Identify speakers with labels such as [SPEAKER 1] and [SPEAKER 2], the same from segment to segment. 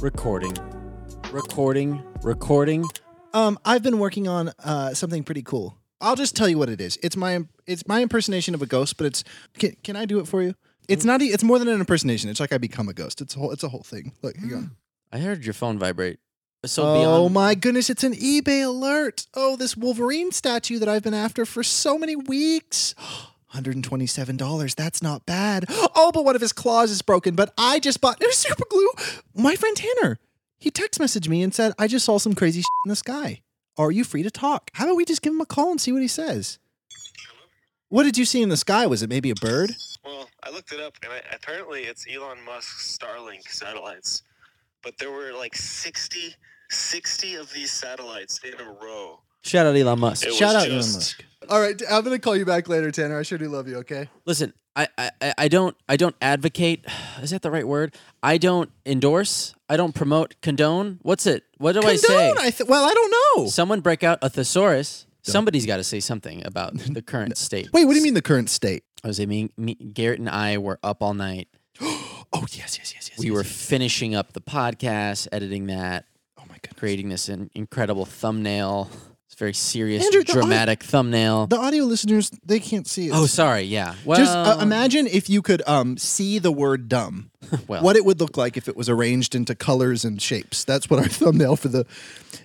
[SPEAKER 1] recording, recording, recording.
[SPEAKER 2] Um, I've been working on uh, something pretty cool. I'll just tell you what it is. It's my it's my impersonation of a ghost, but it's can, can I do it for you? It's not. e- It's more than an impersonation. It's like I become a ghost. It's a whole. It's a whole thing. Look, hang on.
[SPEAKER 1] I heard your phone vibrate. So
[SPEAKER 2] oh
[SPEAKER 1] beyond,
[SPEAKER 2] my goodness! It's an eBay alert. Oh, this Wolverine statue that I've been after for so many weeks. $127. That's not bad. Oh, but one of his claws is broken, but I just bought there's super glue. My friend Tanner, he text messaged me and said, I just saw some crazy shit in the sky. Are you free to talk? How about we just give him a call and see what he says? What did you see in the sky? Was it maybe a bird?
[SPEAKER 3] Well, I looked it up, and I, apparently it's Elon Musk's Starlink satellites. But there were like 60, 60 of these satellites in a row.
[SPEAKER 1] shout out Elon Musk.
[SPEAKER 3] It
[SPEAKER 2] Shout
[SPEAKER 3] was
[SPEAKER 2] out Elon
[SPEAKER 3] just-
[SPEAKER 2] Musk. All right, I'm going to call you back later, Tanner. I sure do love you, okay?
[SPEAKER 1] Listen, I, I I- I don't I don't advocate. Is that the right word? I don't endorse. I don't promote. Condone. What's it? What do I say?
[SPEAKER 2] Condone, I th- well, I don't know.
[SPEAKER 1] Someone break out a thesaurus. Somebody's got to say something about the current state.
[SPEAKER 2] Wait, what do you mean the current state?
[SPEAKER 1] I was saying, me, me, Garrett and I were up all night.
[SPEAKER 2] Oh, yes, yes, yes, yes.
[SPEAKER 1] We
[SPEAKER 2] yes,
[SPEAKER 1] were
[SPEAKER 2] yes.
[SPEAKER 1] finishing up the podcast, editing that,
[SPEAKER 2] Oh my goodness.
[SPEAKER 1] creating this in, incredible thumbnail. It's a very serious,
[SPEAKER 2] Andrew, the au-
[SPEAKER 1] dramatic thumbnail.
[SPEAKER 2] The audio listeners, they can't see it.
[SPEAKER 1] oh, sorry. Yeah. Well,
[SPEAKER 2] Just uh, imagine if you could um, see the word dumb.
[SPEAKER 1] Well.
[SPEAKER 2] What it would look like if it was arranged into colors and shapes. That's what our thumbnail for the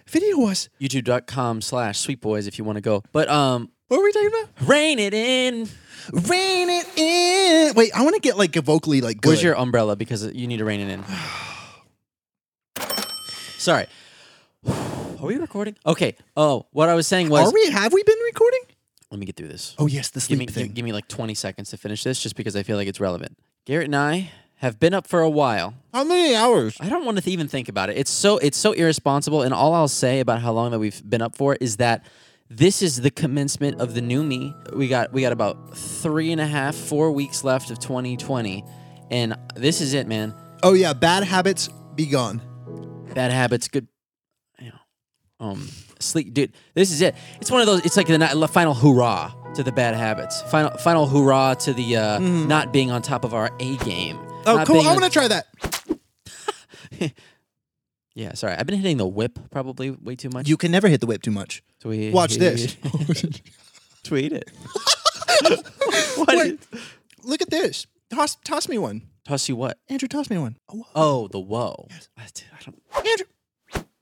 [SPEAKER 2] video was.
[SPEAKER 1] YouTube.com slash Sweet Boys if you want to go. But um,
[SPEAKER 2] What were we talking about?
[SPEAKER 1] rein it in.
[SPEAKER 2] Rain it in. Wait, I want to get like vocally like good.
[SPEAKER 1] Where's your umbrella? Because you need to rein it in. Sorry. Are we recording? Okay. Oh, what I was saying was.
[SPEAKER 2] Are we? Have we been recording?
[SPEAKER 1] Let me get through this.
[SPEAKER 2] Oh yes, the
[SPEAKER 1] give
[SPEAKER 2] sleep
[SPEAKER 1] me gi-
[SPEAKER 2] thing.
[SPEAKER 1] give me like 20 seconds to finish this just because I feel like it's relevant. Garrett and I have been up for a while.
[SPEAKER 2] How many hours?
[SPEAKER 1] I don't want to th- even think about it. It's so it's so irresponsible and all I'll say about how long that we've been up for is that this is the commencement of the new me. We got we got about three and a half, four weeks left of 2020, and this is it, man.
[SPEAKER 2] Oh yeah, bad habits be gone.
[SPEAKER 1] Bad habits, good, you know, um, sleep, dude. This is it. It's one of those. It's like the ni- final hoorah to the bad habits. Final final hoorah to the uh, not being on top of our A game.
[SPEAKER 2] Mm-hmm. Oh
[SPEAKER 1] Not
[SPEAKER 2] cool.
[SPEAKER 1] being
[SPEAKER 2] I
[SPEAKER 1] on-
[SPEAKER 2] want to try that.
[SPEAKER 1] Yeah, sorry. I've been hitting the whip probably way too much.
[SPEAKER 2] You can never hit the whip too much.
[SPEAKER 1] Tweet.
[SPEAKER 2] Watch this.
[SPEAKER 1] Tweet it. what
[SPEAKER 2] Wait,
[SPEAKER 1] did-
[SPEAKER 2] look at this. Toss, toss me one.
[SPEAKER 1] Toss you what?
[SPEAKER 2] Andrew, toss me one. Oh, wow.
[SPEAKER 1] Oh, the whoa. I- dude, I don't-
[SPEAKER 2] Andrew.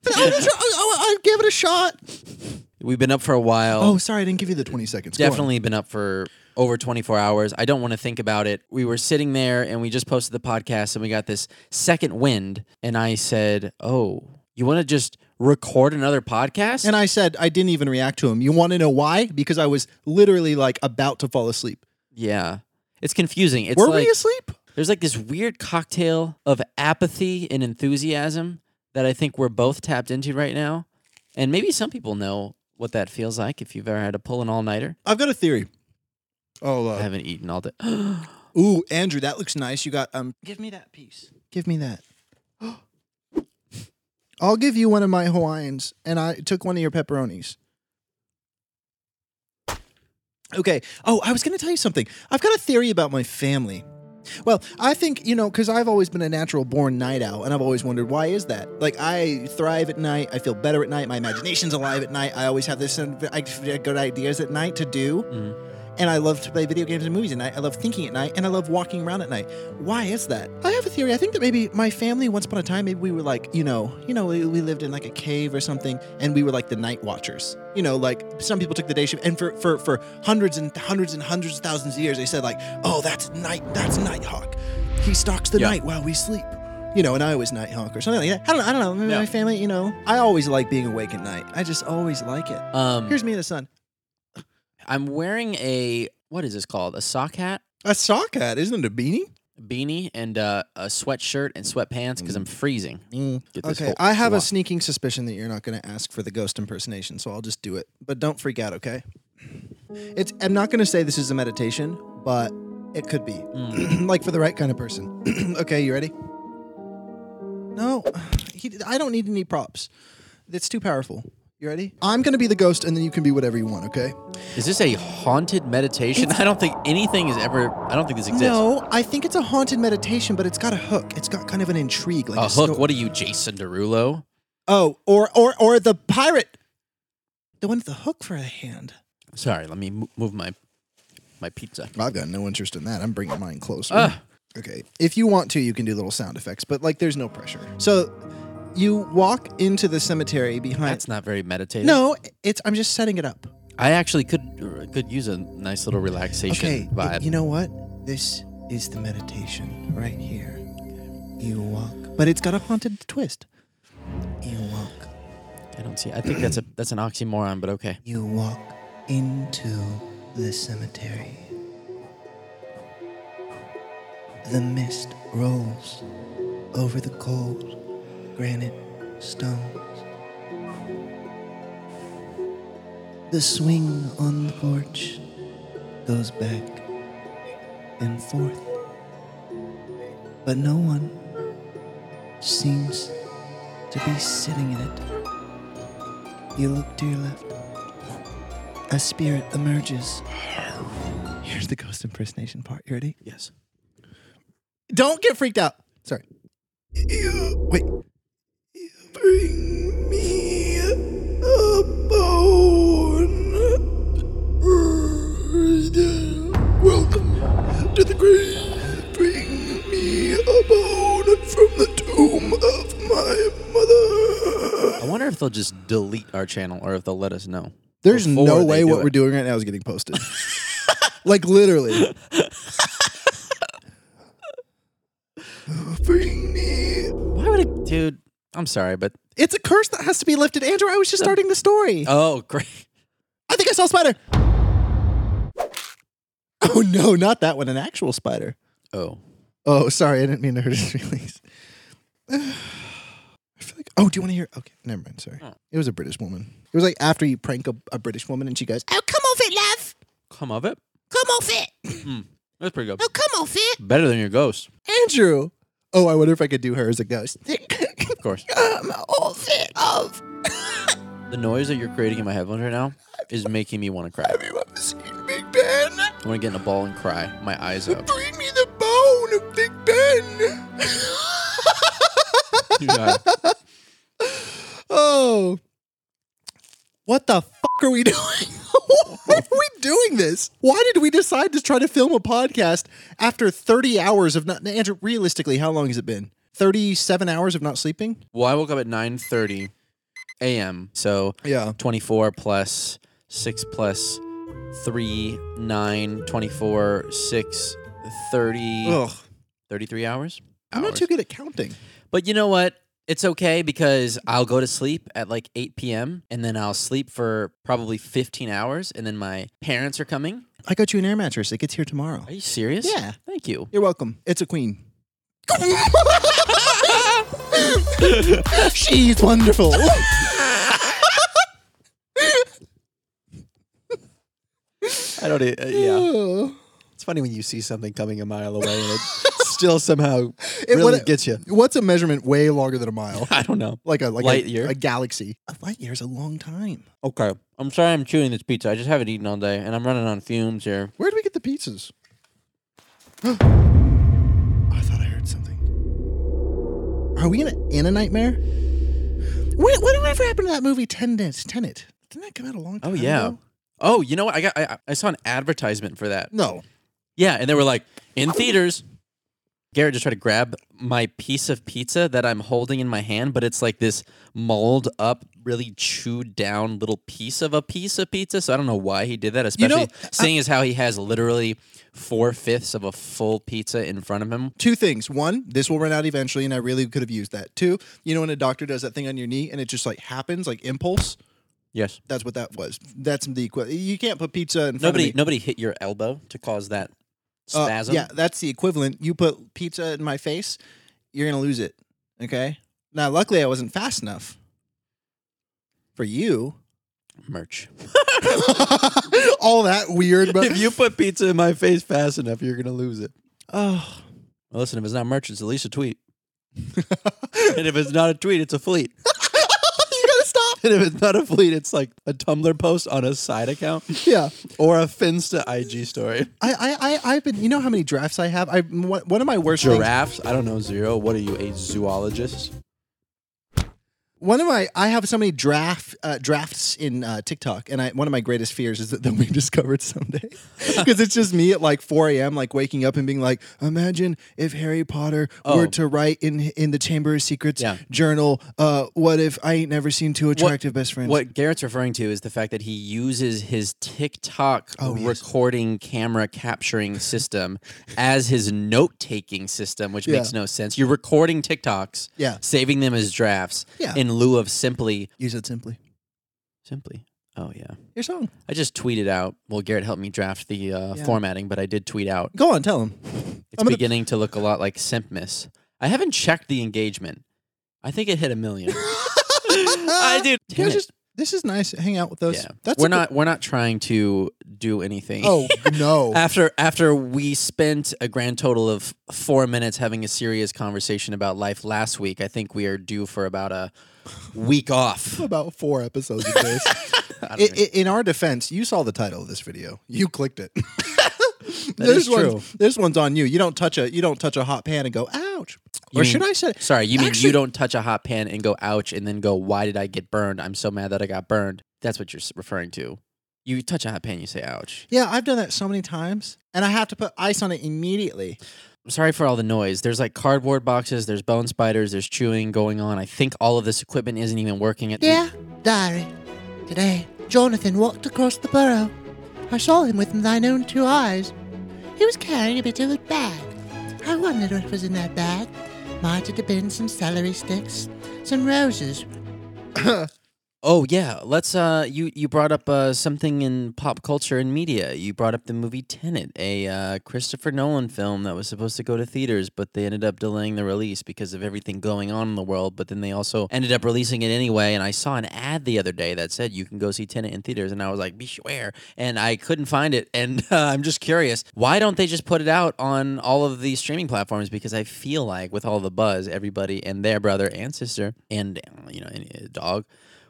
[SPEAKER 2] Oh, I, I, gave oh, it a shot.
[SPEAKER 1] Oh. We've been up for a while.
[SPEAKER 2] Oh, sorry, I didn't give you the 20 seconds. Go on.
[SPEAKER 1] Definitely been up for over 24 hours. I don't want to think about it. We were sitting there and we just posted the podcast and we got this second wind. And I said, Oh, you want to just record another podcast?
[SPEAKER 2] And I said, I didn't even react to him. You want to know why? Because I was literally like about to fall asleep.
[SPEAKER 1] yeah. It's confusing. It's
[SPEAKER 2] Were
[SPEAKER 1] like,
[SPEAKER 2] we asleep?
[SPEAKER 1] There's like this weird cocktail of apathy and enthusiasm that I think we're both tapped into right now. And maybe some people know what that feels like if you've ever had to pull an all nighter.
[SPEAKER 2] I've got a theory. Oh,
[SPEAKER 1] I haven't eaten all day. I
[SPEAKER 2] ooh, Andrew, that looks nice. You got, um, give me that piece. Give me that. I'll give you one of my Hawaiians, and I took one of your pepperonis. Okay. Oh, I was going to tell you something. I've got a theory about my family. Well, I think, you know, because I've always been a natural born night owl, and I've always wondered why is that? Like, I thrive at night. I feel better at night. My imagination's alive at night. I always have this sort of I have good ideas at night to do.
[SPEAKER 1] Mhm.
[SPEAKER 2] And I love to play video games and movies at night. I love thinking at night, and I love walking around at night. Why is that? I have a theory. I think that maybe my family, once upon a time, maybe we were like, you know, you know, we, we lived in like a cave or something, and we were like the night watchers. You know, like some people took the day shift, and for for for hundreds and hundreds and hundreds of thousands of years, they said like, oh, that's night, that's Nighthawk. He stalks the
[SPEAKER 1] Yeah.
[SPEAKER 2] night while we sleep. You know, and I was Nighthawk or something like that. I don't know. I don't know. Maybe
[SPEAKER 1] Yeah.
[SPEAKER 2] My family, you know, I always like being awake at night. I just always like it.
[SPEAKER 1] um,
[SPEAKER 2] Here's me in the sun.
[SPEAKER 1] I'm wearing a, what is this called? A sock hat,
[SPEAKER 2] A sock hat, isn't it a beanie?
[SPEAKER 1] beanie, and uh, a sweatshirt and sweatpants because I'm freezing. Get this
[SPEAKER 2] Okay,
[SPEAKER 1] whole-
[SPEAKER 2] I have a
[SPEAKER 1] Wow.
[SPEAKER 2] sneaking suspicion that you're not going to ask for the ghost impersonation, so I'll just do it. But don't freak out, okay? It's I'm not going to say this is a meditation, but it could be.
[SPEAKER 1] Hmm.
[SPEAKER 2] like for the right kind of person. okay, you ready? No. He, I don't need any props. It's too powerful. You ready? I'm going to be the ghost and then you can be whatever you want, okay?
[SPEAKER 1] Is this a haunted meditation? I don't think anything is ever. I don't think this exists.
[SPEAKER 2] No, I think it's a haunted meditation, but it's got a hook. It's got kind of an intrigue like
[SPEAKER 1] a
[SPEAKER 2] sto-
[SPEAKER 1] hook. What are you, Jason Derulo?
[SPEAKER 2] Oh, or or or the pirate. The one with the hook for a hand.
[SPEAKER 1] Sorry, let me mo- move my my pizza.
[SPEAKER 2] I've got no interest in that. I'm bringing mine closer.
[SPEAKER 1] Ah.
[SPEAKER 2] Okay. If you want to, you can do little sound effects, but like there's no pressure. So you walk into the cemetery behind
[SPEAKER 1] That's not very meditative.
[SPEAKER 2] No, it's I'm just setting it up.
[SPEAKER 1] I actually could uh, could use a nice little relaxation
[SPEAKER 2] Okay.
[SPEAKER 1] vibe.
[SPEAKER 2] You know what? This is the meditation right here. You walk, but it's got a haunted twist. You walk
[SPEAKER 1] I don't see. I think that's a that's an oxymoron, but okay.
[SPEAKER 2] You walk into the cemetery. The mist rolls over the cold granite stones. The swing on the porch goes back and forth, but no one seems to be sitting in it. You look to your left. A spirit emerges. Here's the ghost impersonation part. You ready?
[SPEAKER 1] Yes.
[SPEAKER 2] Don't get freaked out. Sorry. You, wait. You bring me a bone. Welcome to the grave. Bring me a bone from the tomb of my mother.
[SPEAKER 1] I wonder if they'll just delete our channel or if they'll let us know.
[SPEAKER 2] There's
[SPEAKER 1] before
[SPEAKER 2] no
[SPEAKER 1] they
[SPEAKER 2] way
[SPEAKER 1] do
[SPEAKER 2] what
[SPEAKER 1] it.
[SPEAKER 2] we're doing right now is getting posted. like literally. Bring me.
[SPEAKER 1] Why would it, dude? I'm sorry, but
[SPEAKER 2] It's a curse that has to be lifted. Andrew, I was just starting the story.
[SPEAKER 1] oh great.
[SPEAKER 2] I think I saw a spider. Oh no, not that one. An actual spider.
[SPEAKER 1] Oh,
[SPEAKER 2] Oh, sorry, I didn't mean to hurt his feelings. I feel like. Oh, do you want to hear? Okay, never mind. Sorry.
[SPEAKER 1] Oh.
[SPEAKER 2] It was a British woman. It was like after you prank a, a British woman, and she goes, "Oh, come off it, love.
[SPEAKER 1] come of it.
[SPEAKER 2] Come off it.
[SPEAKER 1] That's pretty good.
[SPEAKER 2] Oh, come off it."
[SPEAKER 1] Better than your ghost,
[SPEAKER 2] Andrew. Oh, I wonder if I could do her as a ghost.
[SPEAKER 1] of course.
[SPEAKER 2] I'm all fit of
[SPEAKER 1] The noise that you're creating in my headphones right now is making me want to cry.
[SPEAKER 2] have you ever seen Big Ben?
[SPEAKER 1] I want to get in a ball and cry. My eyes out.
[SPEAKER 2] Bring me the bone of Big Ben.
[SPEAKER 1] Dude, I-
[SPEAKER 2] oh. What the fuck are we doing? Why are we doing this? Why did we decide to try to film a podcast after 30 hours of not Andrew, realistically, how long has it been? 37 hours of not sleeping?
[SPEAKER 1] Well, I woke up at 9:30 a.m. So
[SPEAKER 2] Yeah.
[SPEAKER 1] 24 plus 6 plus 3 9 24 6 30
[SPEAKER 2] Ugh.
[SPEAKER 1] 33 hours.
[SPEAKER 2] I'm not
[SPEAKER 1] Hours.
[SPEAKER 2] too good at counting.
[SPEAKER 1] But you know what? It's okay because I'll go to sleep at like 8 p.m. and then I'll sleep for probably 15 hours and then my parents are coming.
[SPEAKER 2] I got you an air mattress. It gets here tomorrow.
[SPEAKER 1] Are you serious?
[SPEAKER 2] Yeah.
[SPEAKER 1] Thank you.
[SPEAKER 2] You're welcome. It's a queen. She's wonderful.
[SPEAKER 4] I don't. e- Uh, yeah, it's funny when you see something coming a mile away and it still somehow
[SPEAKER 2] It-
[SPEAKER 4] really
[SPEAKER 2] what-
[SPEAKER 4] gets you.
[SPEAKER 2] What's a measurement way longer than a mile?
[SPEAKER 1] I don't know.
[SPEAKER 2] Like a like
[SPEAKER 1] Light
[SPEAKER 2] a,
[SPEAKER 1] year?
[SPEAKER 2] a galaxy. A light year is a long time.
[SPEAKER 1] Okay. I'm sorry I'm chewing this pizza. I just haven't eaten all day and I'm running on fumes here.
[SPEAKER 2] Where do we get the pizzas? I thought I heard something. Are we in a, in a nightmare? What whatever happened to that movie Tenet? Tenet. Didn't that come out a long time
[SPEAKER 1] Oh, yeah.
[SPEAKER 2] ago?
[SPEAKER 1] Oh, you know what? I got I, I saw an advertisement for that.
[SPEAKER 2] No.
[SPEAKER 1] Yeah, and they were like, in theaters. Garrett just tried to grab my piece of pizza that I'm holding in my hand, but it's like this mauled up, really chewed down little piece of a piece of pizza. So I don't know why he did that,
[SPEAKER 2] You know,
[SPEAKER 1] especially seeing as how he has literally four fifths of a full pizza in front of him.
[SPEAKER 2] two things. One, this will run out eventually, and I really could have used that. Two, you know when a doctor does that thing on your knee and it just like happens, like impulse.
[SPEAKER 1] Yes.
[SPEAKER 2] That's what that was. That's the equi- you can't put pizza in front
[SPEAKER 1] Nobody,
[SPEAKER 2] of me.
[SPEAKER 1] nobody hit your elbow to cause that
[SPEAKER 2] Uh,
[SPEAKER 1] spasm.
[SPEAKER 2] yeah, that's the equivalent. You put pizza in my face, you're gonna lose it. Okay. Now, luckily, I wasn't fast enough for you.
[SPEAKER 1] Merch.
[SPEAKER 2] All that weird, but
[SPEAKER 4] If you put pizza in my face fast enough, you're gonna lose it.
[SPEAKER 2] oh,
[SPEAKER 1] Well, listen, if it's not merch, it's at least a tweet. and if it's not a tweet, it's a fleet.
[SPEAKER 2] you gotta stop.
[SPEAKER 4] And if it's not a fleet, it's like a Tumblr post on a side account
[SPEAKER 2] Yeah.
[SPEAKER 4] or a Finsta IG story.
[SPEAKER 2] I, I, I, I've been, you know how many drafts I have? I, one one of my worst things-
[SPEAKER 4] Giraffes? I don't know, Zero. What are you, a zoologist?
[SPEAKER 2] one of my I have so many draft uh, drafts in uh, TikTok, and I, one of my greatest fears is that they'll be discovered someday because it's just me at like 4 a.m. like waking up and being like, imagine if Harry Potter were
[SPEAKER 1] Oh.
[SPEAKER 2] to write in in the Chamber of Secrets
[SPEAKER 1] Yeah.
[SPEAKER 2] journal, uh, what if I ain't never seen two attractive best friends?
[SPEAKER 1] What Garrett's referring to is the fact that he uses his TikTok
[SPEAKER 2] Oh, yes.
[SPEAKER 1] recording camera capturing system as his note taking system, which
[SPEAKER 2] Yeah.
[SPEAKER 1] makes no sense. You're recording TikToks,
[SPEAKER 2] Yeah.
[SPEAKER 1] saving them as drafts
[SPEAKER 2] Yeah.
[SPEAKER 1] in lieu of simply,
[SPEAKER 2] You said simply
[SPEAKER 1] simply. Oh, yeah.
[SPEAKER 2] your song.
[SPEAKER 1] I just tweeted out. Well, Garrett helped me draft the uh,
[SPEAKER 2] Yeah.
[SPEAKER 1] formatting, but I did tweet out.
[SPEAKER 2] Go on, tell him.
[SPEAKER 1] It's
[SPEAKER 2] I'm gonna-
[SPEAKER 1] beginning to look a lot like Simp Miss. I haven't checked the engagement. I think it hit a million. I do.
[SPEAKER 2] Yeah, just this is nice. Hang out with us.
[SPEAKER 1] yeah.
[SPEAKER 2] That's
[SPEAKER 1] we're
[SPEAKER 2] a good-
[SPEAKER 1] not. We're not trying to do anything.
[SPEAKER 2] Oh no.
[SPEAKER 1] After after we spent a grand total of four minutes having a serious conversation about life last week, I think we are due for about a week off.
[SPEAKER 2] About four episodes of this.
[SPEAKER 1] I don't
[SPEAKER 2] I-
[SPEAKER 1] know.
[SPEAKER 2] I- in our defense, you saw the title of this video. You clicked it.
[SPEAKER 1] is true.
[SPEAKER 2] One's, this one's on you. You don't touch a you don't touch a hot pan and go ouch.
[SPEAKER 1] You
[SPEAKER 2] or
[SPEAKER 1] mean-
[SPEAKER 2] should I say?
[SPEAKER 1] Sorry, you mean
[SPEAKER 2] Actually-
[SPEAKER 1] you don't touch a hot pan and go ouch and then go, why did I get burned? I'm so mad that I got burned. That's what you're s- referring to. You touch a hot pan, you say ouch.
[SPEAKER 2] Yeah, I've done that so many times, and I have to put ice on it immediately.
[SPEAKER 1] I'm sorry for all the noise. There's like cardboard boxes, there's bone spiders, there's chewing going on. I think all of this equipment isn't even working at
[SPEAKER 5] Dear diary, today Jonathan walked across the burrow. I saw him with thine own two eyes. He was carrying a bit of a bag. I wondered what was in that bag. Might it have been some celery sticks, some roses,
[SPEAKER 1] Oh yeah, let's uh you you brought up uh something in pop culture and media. You brought up the movie Tenet, a uh Christopher Nolan film that was supposed to go to theaters, but they ended up delaying the release because of everything going on in the world, but then they also ended up releasing it anyway, and I saw an ad the other day that said you can go see Tenet in theaters and I was like, "Be sure." And I couldn't find it and uh, I'm just curious, why don't they just put it out on all of the streaming platforms because I feel like with all the buzz, everybody and their brother and sister and uh, you know, and, uh, dog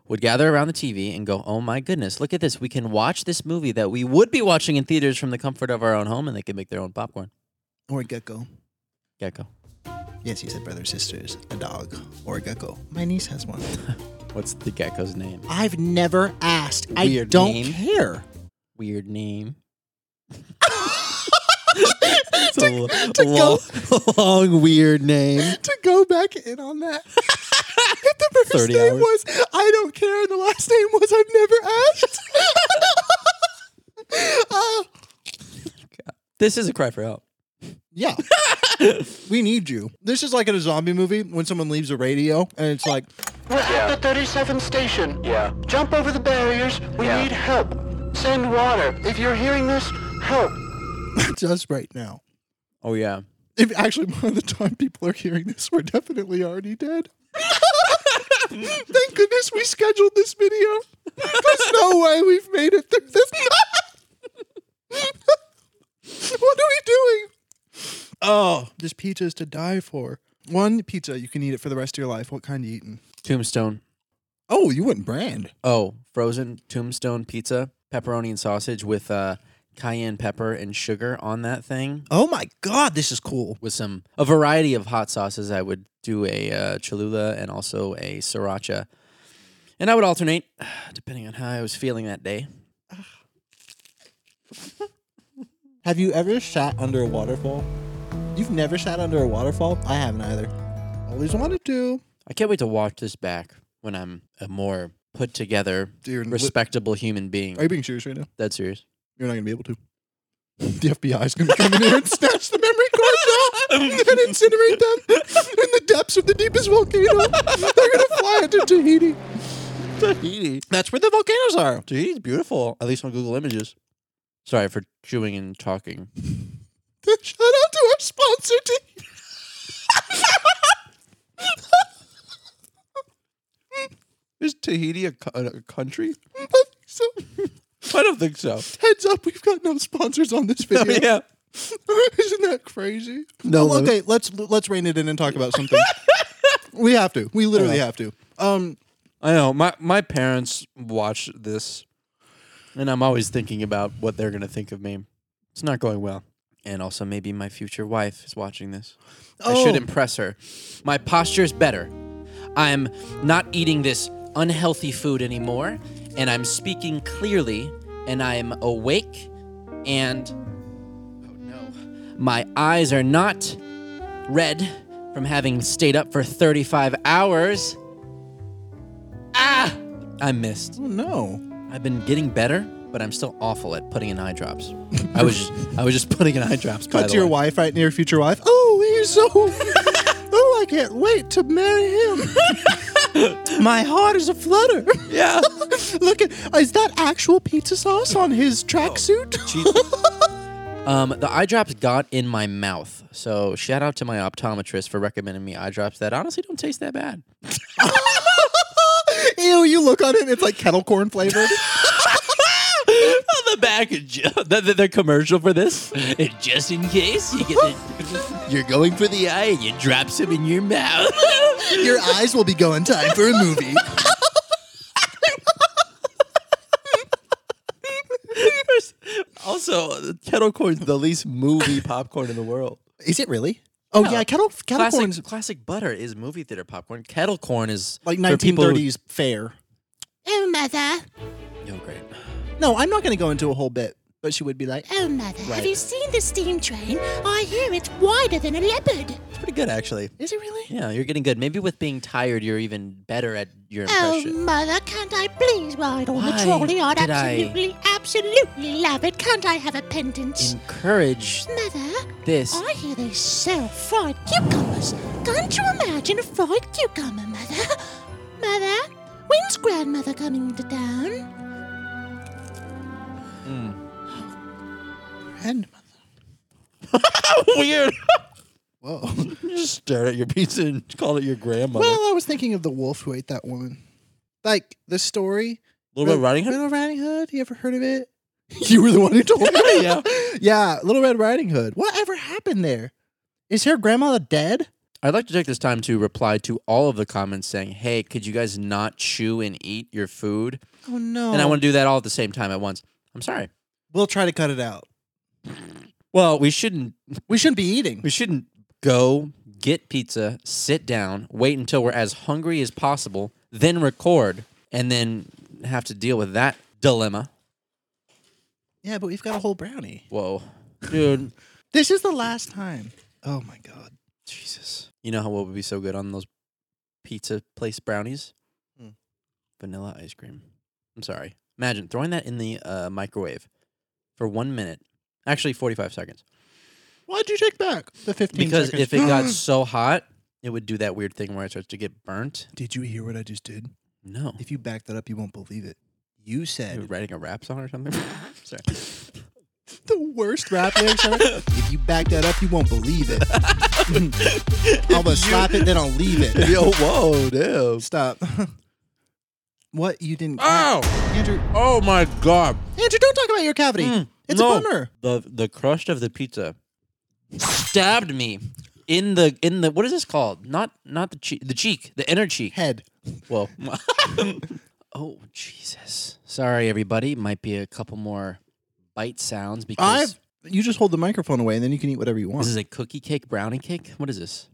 [SPEAKER 1] would gather around the TV and go, "Oh my goodness, look at this! We can watch this movie that we would be watching in theaters from the comfort of our own home, and they can make their own popcorn."
[SPEAKER 2] Or a gecko.
[SPEAKER 1] Gecko.
[SPEAKER 2] Yes, you said brothers, sisters, a dog, or a gecko. My niece has one.
[SPEAKER 1] What's the gecko's name?
[SPEAKER 2] I've never asked. I
[SPEAKER 1] Weird
[SPEAKER 2] don't
[SPEAKER 1] name.
[SPEAKER 2] care.
[SPEAKER 1] Weird name.
[SPEAKER 4] It's a lo-
[SPEAKER 2] to go-
[SPEAKER 4] long, long, weird name.
[SPEAKER 2] to go back in on that. If the first
[SPEAKER 4] 30
[SPEAKER 2] name
[SPEAKER 4] hours.
[SPEAKER 2] was I don't care, and the last name was I've never asked. Uh,
[SPEAKER 1] This is a cry for help.
[SPEAKER 2] yeah, we need you. This is like in a zombie movie when someone leaves a radio and it's like,
[SPEAKER 6] We're at the 37th station.
[SPEAKER 7] Yeah.
[SPEAKER 6] Jump over the barriers. We
[SPEAKER 7] Yeah.
[SPEAKER 6] need help. Send water. If you're hearing this, help.
[SPEAKER 2] that's us right now.
[SPEAKER 1] Oh yeah.
[SPEAKER 2] If actually by the time people are hearing this, we're definitely already dead. Thank goodness we scheduled this video. There's no way we've made it through this. what are we doing? Oh, this pizza is to die for. One pizza, you can eat it for the rest of your life. What kind you eating?
[SPEAKER 1] Tombstone.
[SPEAKER 2] Oh, you wouldn't brand.
[SPEAKER 1] Oh, frozen tombstone pizza, pepperoni and sausage with uh, cayenne pepper and sugar on that thing.
[SPEAKER 2] Oh my god, this is cool.
[SPEAKER 1] With some a variety of hot sauces, I would do a uh, Cholula and also a Sriracha, and I would alternate depending on how I was feeling that day.
[SPEAKER 2] Have you ever sat under a waterfall? You've never sat under a waterfall? I haven't either. Always wanted to.
[SPEAKER 1] I can't wait to watch this back when I'm a more put together,
[SPEAKER 2] Dude,
[SPEAKER 1] respectable human being.
[SPEAKER 2] Are you being serious right now?
[SPEAKER 1] That's serious.
[SPEAKER 2] You're not gonna be able to. The FBI is gonna come in here and snatch the memory cards off and incinerate them in the depths of the deepest volcano. They're gonna fly it to Tahiti.
[SPEAKER 4] Tahiti.
[SPEAKER 2] That's where the volcanoes are.
[SPEAKER 4] Tahiti's beautiful, at least on Google Images.
[SPEAKER 1] Sorry for chewing and talking.
[SPEAKER 2] Shout out to our sponsor, Tahiti.
[SPEAKER 4] Is Tahiti a, co- a country?
[SPEAKER 2] So
[SPEAKER 4] I don't think so. Oh,
[SPEAKER 2] heads up, we've got no sponsors on this video.
[SPEAKER 4] yeah.
[SPEAKER 2] Isn't that crazy?
[SPEAKER 4] No,
[SPEAKER 2] Well, okay, let's let's rein it in and talk about something. we have to. We literally have to. Um,
[SPEAKER 4] I know my my parents watch this, and I'm always thinking about what they're gonna think of me. It's not going well.
[SPEAKER 1] And also, maybe my future wife is watching this. I
[SPEAKER 2] Oh.
[SPEAKER 1] should impress her. My posture is better. I'm not eating this unhealthy food anymore, and I'm speaking clearly, and I'm awake, and oh no, my eyes are not red from having stayed up for 35 hours. Ah! I missed.
[SPEAKER 2] Oh, no.
[SPEAKER 1] I've been getting better, but I'm still awful at putting in eye drops. I was just, I was just putting in eye drops. by
[SPEAKER 2] Cut
[SPEAKER 1] the
[SPEAKER 2] to your
[SPEAKER 1] way.
[SPEAKER 2] wife right near future wife. Oh, he's so. oh, I can't wait to marry him. My heart is a flutter.
[SPEAKER 4] Yeah.
[SPEAKER 2] Look at. Is that actual pizza sauce on his tracksuit?
[SPEAKER 1] Um, the eye drops got in my mouth. So shout out to my optometrist for recommending me eye drops that honestly don't taste that bad.
[SPEAKER 2] Oh, Ew, you look on it and it's like kettle corn flavored.
[SPEAKER 1] On the back, it ju- the, the, the commercial for this, it just in case you get the, you're going for the eye and you drop some in your mouth.
[SPEAKER 2] Your eyes will be going time for a movie.
[SPEAKER 4] Also, kettle corn's the least movie popcorn in the world.
[SPEAKER 2] Is it really? Oh yeah,
[SPEAKER 1] Yeah.
[SPEAKER 2] kettle kettle corn's
[SPEAKER 1] classic, classic butter is movie theater popcorn. Kettle corn is
[SPEAKER 2] like
[SPEAKER 1] for people who-
[SPEAKER 2] 1930s fair.
[SPEAKER 5] Oh, mother.
[SPEAKER 1] Oh, great.
[SPEAKER 2] No, I'm not going to go into a whole bit, but she would be like, "Eh,
[SPEAKER 5] Oh, mother.
[SPEAKER 2] Right.
[SPEAKER 5] Have you seen the steam train? I hear it's wider than a leopard.
[SPEAKER 4] It's pretty good actually.
[SPEAKER 2] "Is it really?"
[SPEAKER 1] Yeah, you're getting good. Maybe with being tired, you're even better at your
[SPEAKER 5] Oh,
[SPEAKER 1] impression.
[SPEAKER 5] mother, can't I please ride on
[SPEAKER 1] Why
[SPEAKER 5] the trolley? I'd
[SPEAKER 1] did I-
[SPEAKER 5] absolutely, absolutely love it. Can't I have a pendant?
[SPEAKER 1] Encourage
[SPEAKER 5] Mother,
[SPEAKER 1] this.
[SPEAKER 5] I hear they sell fried cucumbers. Can't you imagine a fried cucumber, Mother? Mother, when's Grandmother coming to town?
[SPEAKER 2] Grandmother.
[SPEAKER 4] Weird.
[SPEAKER 2] Whoa.
[SPEAKER 4] You just stared at your pizza and called it your grandmother.
[SPEAKER 2] well, I was thinking of the wolf who ate that woman. Like the story.
[SPEAKER 4] Little Red Riding Hood.
[SPEAKER 2] Little Riding Hood. You ever heard of it? you were the one who told me.
[SPEAKER 4] Yeah.
[SPEAKER 2] yeah, Little Red Riding Hood. Whatever happened there? Is her grandmother dead?
[SPEAKER 1] I'd like to take this time to reply to all of the comments saying, "Hey, could you guys not chew and eat your food?"
[SPEAKER 2] Oh no.
[SPEAKER 1] And I want to do that all at the same time at once. I'm sorry.
[SPEAKER 2] We'll try to cut it out.
[SPEAKER 1] Well, we shouldn't.
[SPEAKER 2] We shouldn't be eating.
[SPEAKER 1] We shouldn't go get pizza, sit down, wait until we're as hungry as possible, then record, and then have to deal with that dilemma.
[SPEAKER 2] Yeah, but we've got a whole brownie.
[SPEAKER 1] Whoa, dude.
[SPEAKER 2] This is the last time. Oh my god.
[SPEAKER 1] Jesus. You know how what would be so good on those pizza place brownies?
[SPEAKER 2] Hmm.
[SPEAKER 1] Vanilla ice cream. I'm sorry. Imagine throwing that in the uh, microwave for one minute. Actually, 45 seconds.
[SPEAKER 2] Why'd you take back the 15
[SPEAKER 1] Because
[SPEAKER 2] seconds?
[SPEAKER 1] if it got so hot, it would do that weird thing where it starts to get burnt.
[SPEAKER 2] Did you hear what I just did?
[SPEAKER 1] No.
[SPEAKER 2] If you back that up, you won't believe it. You
[SPEAKER 1] Are you
[SPEAKER 2] said
[SPEAKER 1] writing a rap song or something? sorry.
[SPEAKER 2] the worst rap lyrics ever. if you back that up, you won't believe it. I'm gonna slap it, then I'll leave it.
[SPEAKER 4] Yo, whoa, damn.
[SPEAKER 2] Stop. what you didn't?
[SPEAKER 1] Ow!
[SPEAKER 2] Andrew,
[SPEAKER 1] Oh my God.
[SPEAKER 2] Andrew, don't talk about your cavity.
[SPEAKER 1] Mm,
[SPEAKER 2] it's
[SPEAKER 1] no.
[SPEAKER 2] a bummer.
[SPEAKER 1] The the crust of the pizza stabbed me in the in the what is this called? Not not the cheek, the cheek, the inner cheek.
[SPEAKER 2] Head.
[SPEAKER 1] Whoa. oh Jesus. Sorry everybody. Might be a couple more bite sounds because
[SPEAKER 2] I've. You just hold the microphone away, and then you can eat whatever you want.
[SPEAKER 1] this is a cookie cake, brownie cake. What is this?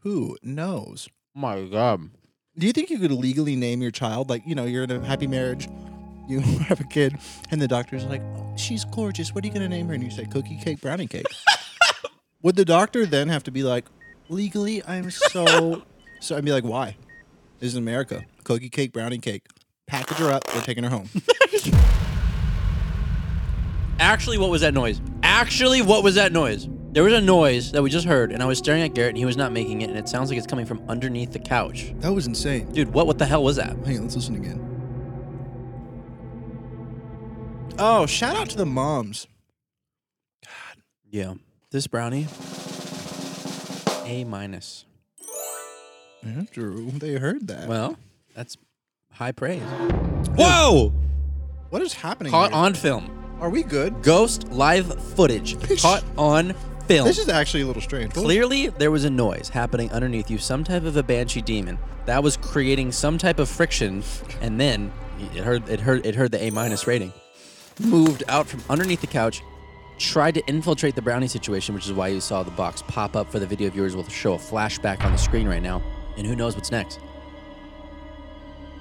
[SPEAKER 2] Who knows?
[SPEAKER 1] My God.
[SPEAKER 2] Do you think you could legally name your child like you know you're in a happy marriage, you have a kid, and the doctor's like, "Oh, she's gorgeous. What are you gonna name her? And you say cookie cake, brownie cake. Would the doctor then have to be like, legally, I'm so so? I'd be like, why? This is America. Cookie cake, brownie cake. Package her up. We're taking her home.
[SPEAKER 1] Actually, what was that noise? Actually, what was that noise? There was a noise that we just heard, and I was staring at Garrett, and he was not making it, and it sounds like it's coming from underneath the couch.
[SPEAKER 2] that was insane.
[SPEAKER 1] Dude, what what the hell was that?
[SPEAKER 2] Hang on, let's listen again. Oh, shout out to the moms.
[SPEAKER 1] Yeah. This brownie, A minus.
[SPEAKER 2] Andrew, they heard that.
[SPEAKER 1] Well, that's high praise.
[SPEAKER 4] Whoa!
[SPEAKER 2] what is happening?
[SPEAKER 1] Caught
[SPEAKER 2] here?
[SPEAKER 1] on film.
[SPEAKER 2] Are we good?
[SPEAKER 1] Ghost live footage. Caught on film.
[SPEAKER 2] This is actually a little strange.
[SPEAKER 1] Clearly, there was a noise happening underneath you, some type of a banshee demon that was creating some type of friction, and then it heard it heard it heard the A minus rating, moved out from underneath the couch, tried to infiltrate the brownie situation, which is why you saw the box pop up for the video viewers. Will show a flashback on the screen right now, and who knows what's next.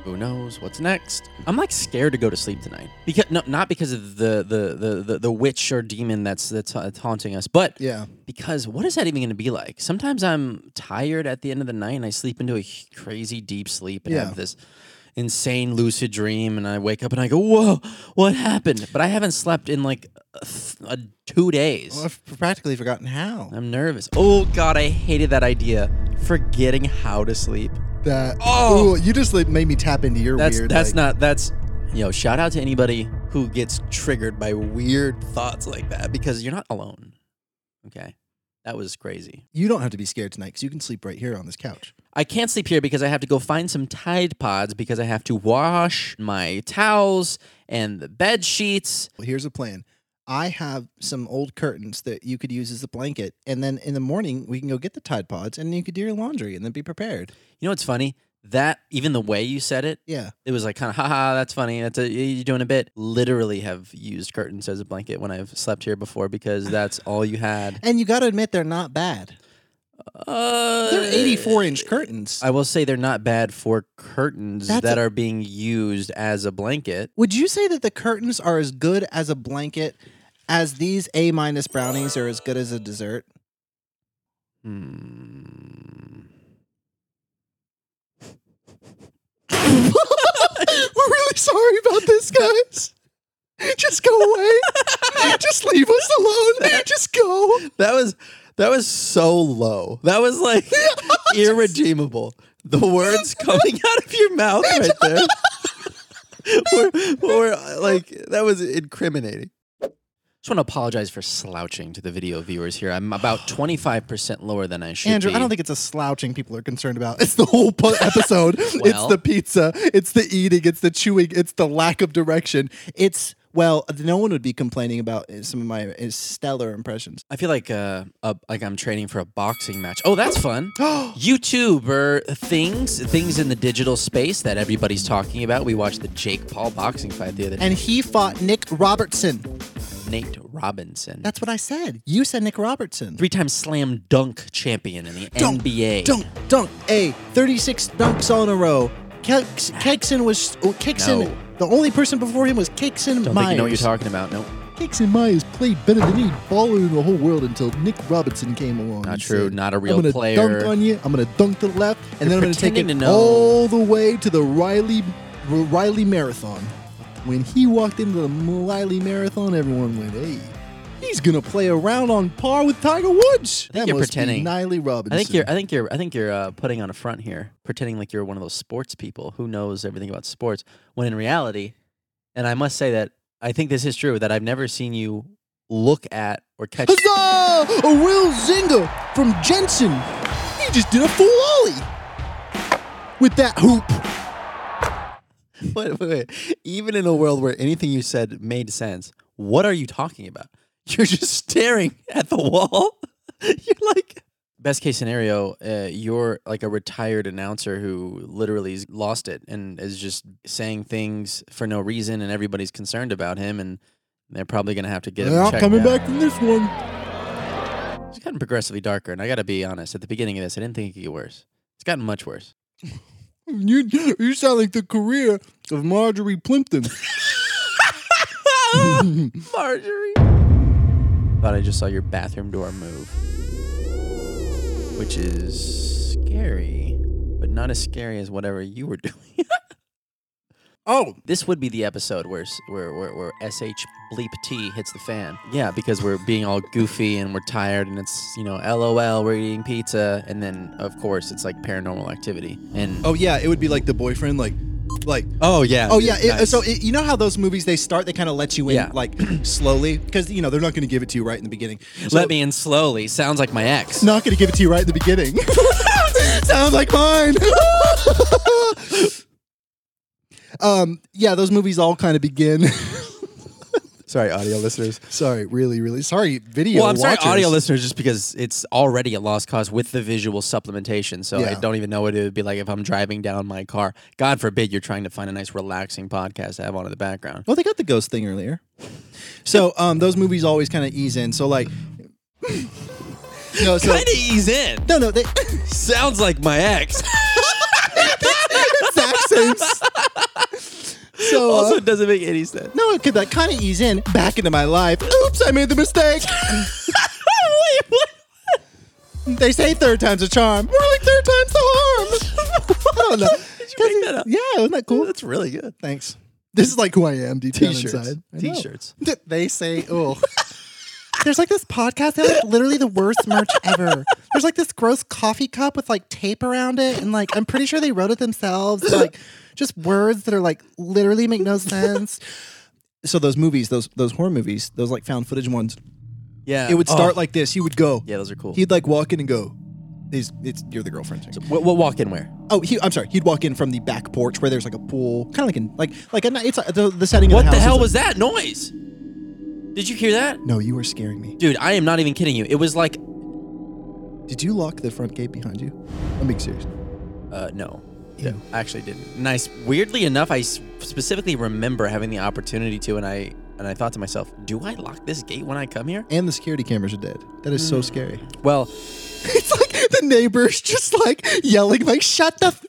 [SPEAKER 1] Who knows what's next? I'm like scared to go to sleep tonight because no, not because of the the the the, the witch or demon that's that's ha- haunting us, but
[SPEAKER 2] Yeah.
[SPEAKER 1] because what is that even going to be like? Sometimes I'm tired at the end of the night and I sleep into a h- crazy deep sleep and
[SPEAKER 2] Yeah.
[SPEAKER 1] have this insane lucid dream and I wake up and I go, "Whoa, what happened?" But I haven't slept in like a th- a 2 days.
[SPEAKER 2] Well, I've practically forgotten how.
[SPEAKER 1] I'm nervous. Oh god, I hated that idea. Forgetting how to sleep.
[SPEAKER 2] That
[SPEAKER 1] Oh!
[SPEAKER 2] Ooh, you just like, made me tap into your
[SPEAKER 1] That's
[SPEAKER 2] weird.
[SPEAKER 1] that's
[SPEAKER 2] like-
[SPEAKER 1] not that's yo, shout out to anybody who gets triggered by weird thoughts like that because you're not alone. Okay. That was crazy.
[SPEAKER 2] You don't have to be scared tonight because you can sleep right here on this couch.
[SPEAKER 1] I can't sleep here because I have to go find some Tide Pods because I have to wash my towels and the bed sheets.
[SPEAKER 2] Well, here's a plan. I have some old curtains that you could use as a blanket, and then in the morning we can go get the Tide Pods, and you could do your laundry, and then be prepared.
[SPEAKER 1] You know what's funny? That even the way you said it,
[SPEAKER 2] Yeah,
[SPEAKER 1] it was like kind of haha, that's funny. That's a, you're doing a bit. Literally have used curtains as a blanket when I've slept here before because that's all you had.
[SPEAKER 2] and you got to admit they're not bad.
[SPEAKER 1] Uh,
[SPEAKER 2] They're 84 inch curtains.
[SPEAKER 1] I will say they're not bad for curtains
[SPEAKER 2] That's
[SPEAKER 1] that
[SPEAKER 2] a-
[SPEAKER 1] are being used as a blanket.
[SPEAKER 2] Would you say that the curtains are as good as a blanket as these A minus brownies are as good as a dessert?
[SPEAKER 1] Hmm.
[SPEAKER 2] We're really sorry about this, guys. Just go away. Just leave us alone. Just go.
[SPEAKER 4] That was that was so low. That was like irredeemable. The words coming out of your mouth right there were, were uh, like that was incriminating.
[SPEAKER 1] Just want to apologize for slouching to the video viewers here. I'm about 25% lower than I should
[SPEAKER 2] Andrew,
[SPEAKER 1] be.
[SPEAKER 2] I don't think it's a slouching people are concerned about. It's the whole po- episode.
[SPEAKER 1] Well.
[SPEAKER 2] it's the pizza. It's the eating. It's the chewing. It's the lack of direction. It's well, no one would be complaining about uh, some of my uh, stellar impressions.
[SPEAKER 1] I feel like uh, a, like I'm training for a boxing match. Oh, that's fun. YouTuber things, things in the digital space that everybody's talking about. We watched the Jake Paul boxing fight the other day.
[SPEAKER 2] And he fought Nick Robertson.
[SPEAKER 1] Nate Robinson,
[SPEAKER 2] That's what I said. You said Nick Robertson.
[SPEAKER 1] three-time slam dunk champion in the
[SPEAKER 2] Dunk,
[SPEAKER 1] NBA.
[SPEAKER 2] Dunk, dunk, a 36 dunks all in a row. Keks- Kekson was oh, Kekson.
[SPEAKER 1] No.
[SPEAKER 2] The only person before him was Kekson
[SPEAKER 1] Don't
[SPEAKER 2] Myers.
[SPEAKER 1] think you know what you're talking about. Nope.
[SPEAKER 2] Kekson Myers played better than any baller in the whole world until Nick Robertson came along.
[SPEAKER 1] Not
[SPEAKER 2] and
[SPEAKER 1] true.
[SPEAKER 2] said,
[SPEAKER 1] Not a
[SPEAKER 2] I'm
[SPEAKER 1] real
[SPEAKER 2] gonna
[SPEAKER 1] player.
[SPEAKER 2] dunk on you. I'm gonna dunk to the left,
[SPEAKER 1] You're
[SPEAKER 2] and then I'm gonna take it
[SPEAKER 1] pretending to know.
[SPEAKER 2] all the way to the Riley Riley Marathon. When he walked into the Riley Marathon, everyone went, "Hey, he's gonna play around on par with Tiger Woods."
[SPEAKER 1] I think
[SPEAKER 2] that
[SPEAKER 1] you're
[SPEAKER 2] must
[SPEAKER 1] pretending.
[SPEAKER 2] Be Niley
[SPEAKER 1] I
[SPEAKER 2] Robinson.
[SPEAKER 1] think you're. I think you're. I think you're uh, putting on a front here, pretending like you're one of those sports people who knows everything about sports. When in reality, and I must say that I think this is true that I've never seen you look at or catch.
[SPEAKER 2] Huzzah! A real zinger from Jensen. He just did a full ollie with that hoop.
[SPEAKER 4] Wait, wait, wait. Even in a world where anything you said made sense, what are you talking about? You're just staring at the wall. You're like
[SPEAKER 1] Best case scenario, uh, you're like a retired announcer who literally has lost it and is just saying things for no reason, and everybody's concerned about him, and they're probably gonna have to get him.
[SPEAKER 2] Not
[SPEAKER 1] checked
[SPEAKER 2] coming
[SPEAKER 1] out.
[SPEAKER 2] back from this one.
[SPEAKER 1] It's gotten progressively darker, and I gotta be honest. At the beginning of this, I didn't think it could get worse. It's gotten much worse.
[SPEAKER 2] You, you sound like the career of Marjorie Plimpton.
[SPEAKER 1] Marjorie. Thought I just saw your bathroom door move. Which is scary, but not as scary as whatever you were doing.
[SPEAKER 2] oh,
[SPEAKER 1] this would be the episode where, s- where, where, where SH bleep T hits the fan. Yeah, because we're being all goofy and we're tired and it's, you know, LOL, we're eating pizza. And then, of course, it's like paranormal activity. And
[SPEAKER 2] oh yeah, it would be like the boyfriend, like, like.
[SPEAKER 4] Oh yeah.
[SPEAKER 2] Oh yeah, it,
[SPEAKER 4] nice.
[SPEAKER 2] so it, you know how those movies they start, they kind of let you in
[SPEAKER 1] Yeah.
[SPEAKER 2] like slowly because you know they're not going to give it to you right in the beginning. So-
[SPEAKER 1] let me in slowly. Sounds like my ex.
[SPEAKER 2] Not going to give it to you right in the beginning. Sounds like mine. um, yeah, those movies all kind of begin.
[SPEAKER 4] Sorry, audio listeners.
[SPEAKER 2] Sorry, really, really sorry, video.
[SPEAKER 1] Well, I'm sorry,
[SPEAKER 2] watchers.
[SPEAKER 1] audio listeners, just because it's already a lost cause with the visual supplementation. So I
[SPEAKER 2] Yeah.
[SPEAKER 1] don't even know what it would be like if I'm driving down my car. God forbid you're trying to find a nice, relaxing podcast to have on in the background.
[SPEAKER 4] Well, they got the ghost thing earlier.
[SPEAKER 2] So um, those movies always kind of ease in. So like, no, so
[SPEAKER 1] Kind of ease in.
[SPEAKER 2] no, no, they
[SPEAKER 1] Sounds like my ex.
[SPEAKER 2] exact same. s- So uh,
[SPEAKER 1] also, it doesn't make any sense.
[SPEAKER 2] no, it could that kind of ease in back into my life. Oops, I made the mistake.
[SPEAKER 1] Wait, what?
[SPEAKER 2] They say third time's a charm. More like third time's the harm. I don't know.
[SPEAKER 1] Did you make that up?
[SPEAKER 2] Yeah, isn't that cool?
[SPEAKER 4] That's really good.
[SPEAKER 2] Thanks. This is like who I am deep down
[SPEAKER 4] T-shirts.
[SPEAKER 2] inside. I know.
[SPEAKER 4] T-shirts.
[SPEAKER 2] Th- They say, oh,
[SPEAKER 5] There's like this podcast. They have like literally the worst merch ever. There's like this gross coffee cup with like tape around it, and like I'm pretty sure they wrote it themselves. Like just words that are like literally make no sense.
[SPEAKER 2] so those movies, those those horror movies, those like found footage ones.
[SPEAKER 1] Yeah.
[SPEAKER 2] It would
[SPEAKER 1] Oh,
[SPEAKER 2] start like this. He would go.
[SPEAKER 1] Yeah, those are cool.
[SPEAKER 2] He'd like walk in and go. He's, it's you're the girlfriend. thing.
[SPEAKER 1] What, what walk in where?
[SPEAKER 2] oh, he, I'm sorry. He'd walk in from the back porch where there's like a pool, kind of like in like like a, ni- it's uh, the, the setting.
[SPEAKER 1] What
[SPEAKER 2] of the,
[SPEAKER 1] the
[SPEAKER 2] house
[SPEAKER 1] hell
[SPEAKER 2] is-
[SPEAKER 1] was that noise? Did you hear that?
[SPEAKER 2] No, you were scaring me.
[SPEAKER 1] Dude, I am not even kidding you. It was like,
[SPEAKER 2] Did you lock the front gate behind you? I'm being serious.
[SPEAKER 1] uh, no. Yeah, I actually didn't. Nice. Weirdly enough, I s- specifically remember having the opportunity to, and I and I thought to myself, do I lock this gate when I come here?
[SPEAKER 2] And the security cameras are dead. That is so
[SPEAKER 1] Mm.
[SPEAKER 2] scary.
[SPEAKER 1] Well,
[SPEAKER 2] it's like the neighbors just like yelling, like "Shut the f-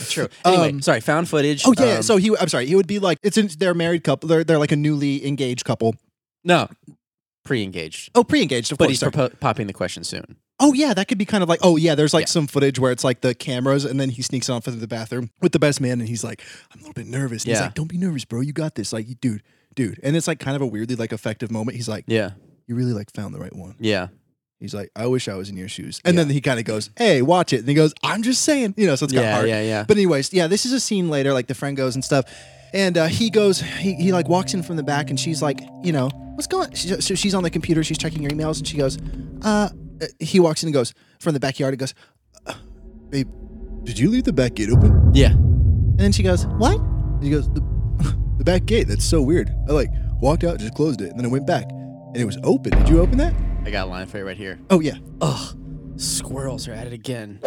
[SPEAKER 1] true. Anyway,
[SPEAKER 2] Um,
[SPEAKER 1] sorry. Found footage.
[SPEAKER 2] Oh yeah.
[SPEAKER 1] um,
[SPEAKER 2] so he, I'm sorry. He would be like, it's in, they're a married couple. They're they're like a newly engaged couple.
[SPEAKER 1] no, pre-engaged,
[SPEAKER 2] Oh, pre-engaged, of
[SPEAKER 1] but
[SPEAKER 2] course.
[SPEAKER 1] he's
[SPEAKER 2] sorry.
[SPEAKER 1] propo- popping the question soon.
[SPEAKER 2] oh yeah, that could be kind of like, oh yeah, there's like
[SPEAKER 1] Yeah.
[SPEAKER 2] some footage where it's like the cameras, and then he sneaks off into the bathroom with the best man, and he's like, I'm a little bit nervous. And He's
[SPEAKER 1] Yeah.
[SPEAKER 2] like, don't be nervous, bro. You got this. Like, dude, dude. And it's like kind of a weirdly like effective moment. He's like,
[SPEAKER 1] Yeah,
[SPEAKER 2] you really like found the right one.
[SPEAKER 1] yeah.
[SPEAKER 2] He's like, I wish I was in your shoes. And then he kind of goes, Hey, watch it. And he goes, I'm just saying. You know, so it's kind of
[SPEAKER 1] Yeah,
[SPEAKER 2] hard.
[SPEAKER 1] yeah, yeah.
[SPEAKER 2] But anyways, yeah, this is a scene later, like the friend goes and stuff. And uh, he goes, he, he like walks in from the back and she's like, you know, what's going she- So she's on the computer, she's checking her emails and she goes, uh, uh," he walks in and goes from the backyard and goes, "Uh, babe, did you leave the back gate open?
[SPEAKER 1] Yeah.
[SPEAKER 2] And then she goes,
[SPEAKER 5] What?
[SPEAKER 2] and he goes, the, the back gate, that's so weird. I like walked out, just closed it. And then I went back and it was open. Did you open that?
[SPEAKER 1] I got a line for you right here.
[SPEAKER 2] Oh yeah.
[SPEAKER 1] Ugh, squirrels are at it again.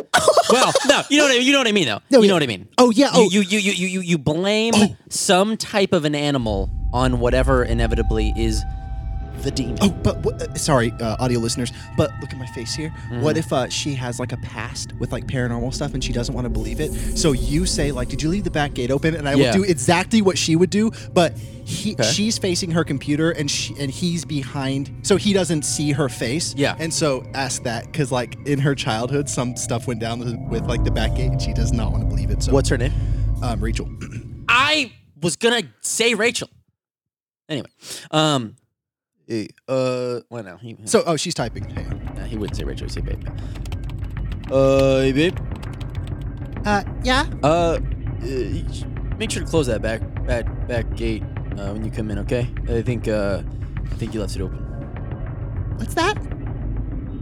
[SPEAKER 1] well, no, you know what I, you know what I mean though. you
[SPEAKER 2] yeah.
[SPEAKER 1] know what I mean.
[SPEAKER 2] Oh yeah. Oh,
[SPEAKER 1] You, you, you, you, you, you blame some type of an animal on whatever inevitably is the demon.
[SPEAKER 2] Oh, but what, uh, sorry, uh, audio listeners. But look at my face here.
[SPEAKER 1] Mm-hmm.
[SPEAKER 2] What if uh, she has like a past with like paranormal stuff and she doesn't want to believe it? So you say like, "Did you leave the back gate open?" And I
[SPEAKER 1] Yeah.
[SPEAKER 2] will do exactly what she would do. But he, she's facing her computer and she and he's behind, so he doesn't see her face.
[SPEAKER 1] Yeah.
[SPEAKER 2] And so ask that because like in her childhood, some stuff went down with, with like the back gate, and she does not want to believe it. So
[SPEAKER 1] What's her name?
[SPEAKER 2] um, Rachel?
[SPEAKER 1] I was gonna say Rachel. Anyway, um,
[SPEAKER 4] Uh,
[SPEAKER 1] well, no, he,
[SPEAKER 2] So oh, she's typing. Hang on.
[SPEAKER 1] no, he wouldn't say Rachel. He'd say babe. Uh, hey, babe.
[SPEAKER 5] Uh, yeah.
[SPEAKER 1] Uh, uh, make sure to close that back back back gate uh, when you come in. Okay. I think uh, I think you left it open.
[SPEAKER 5] What's that?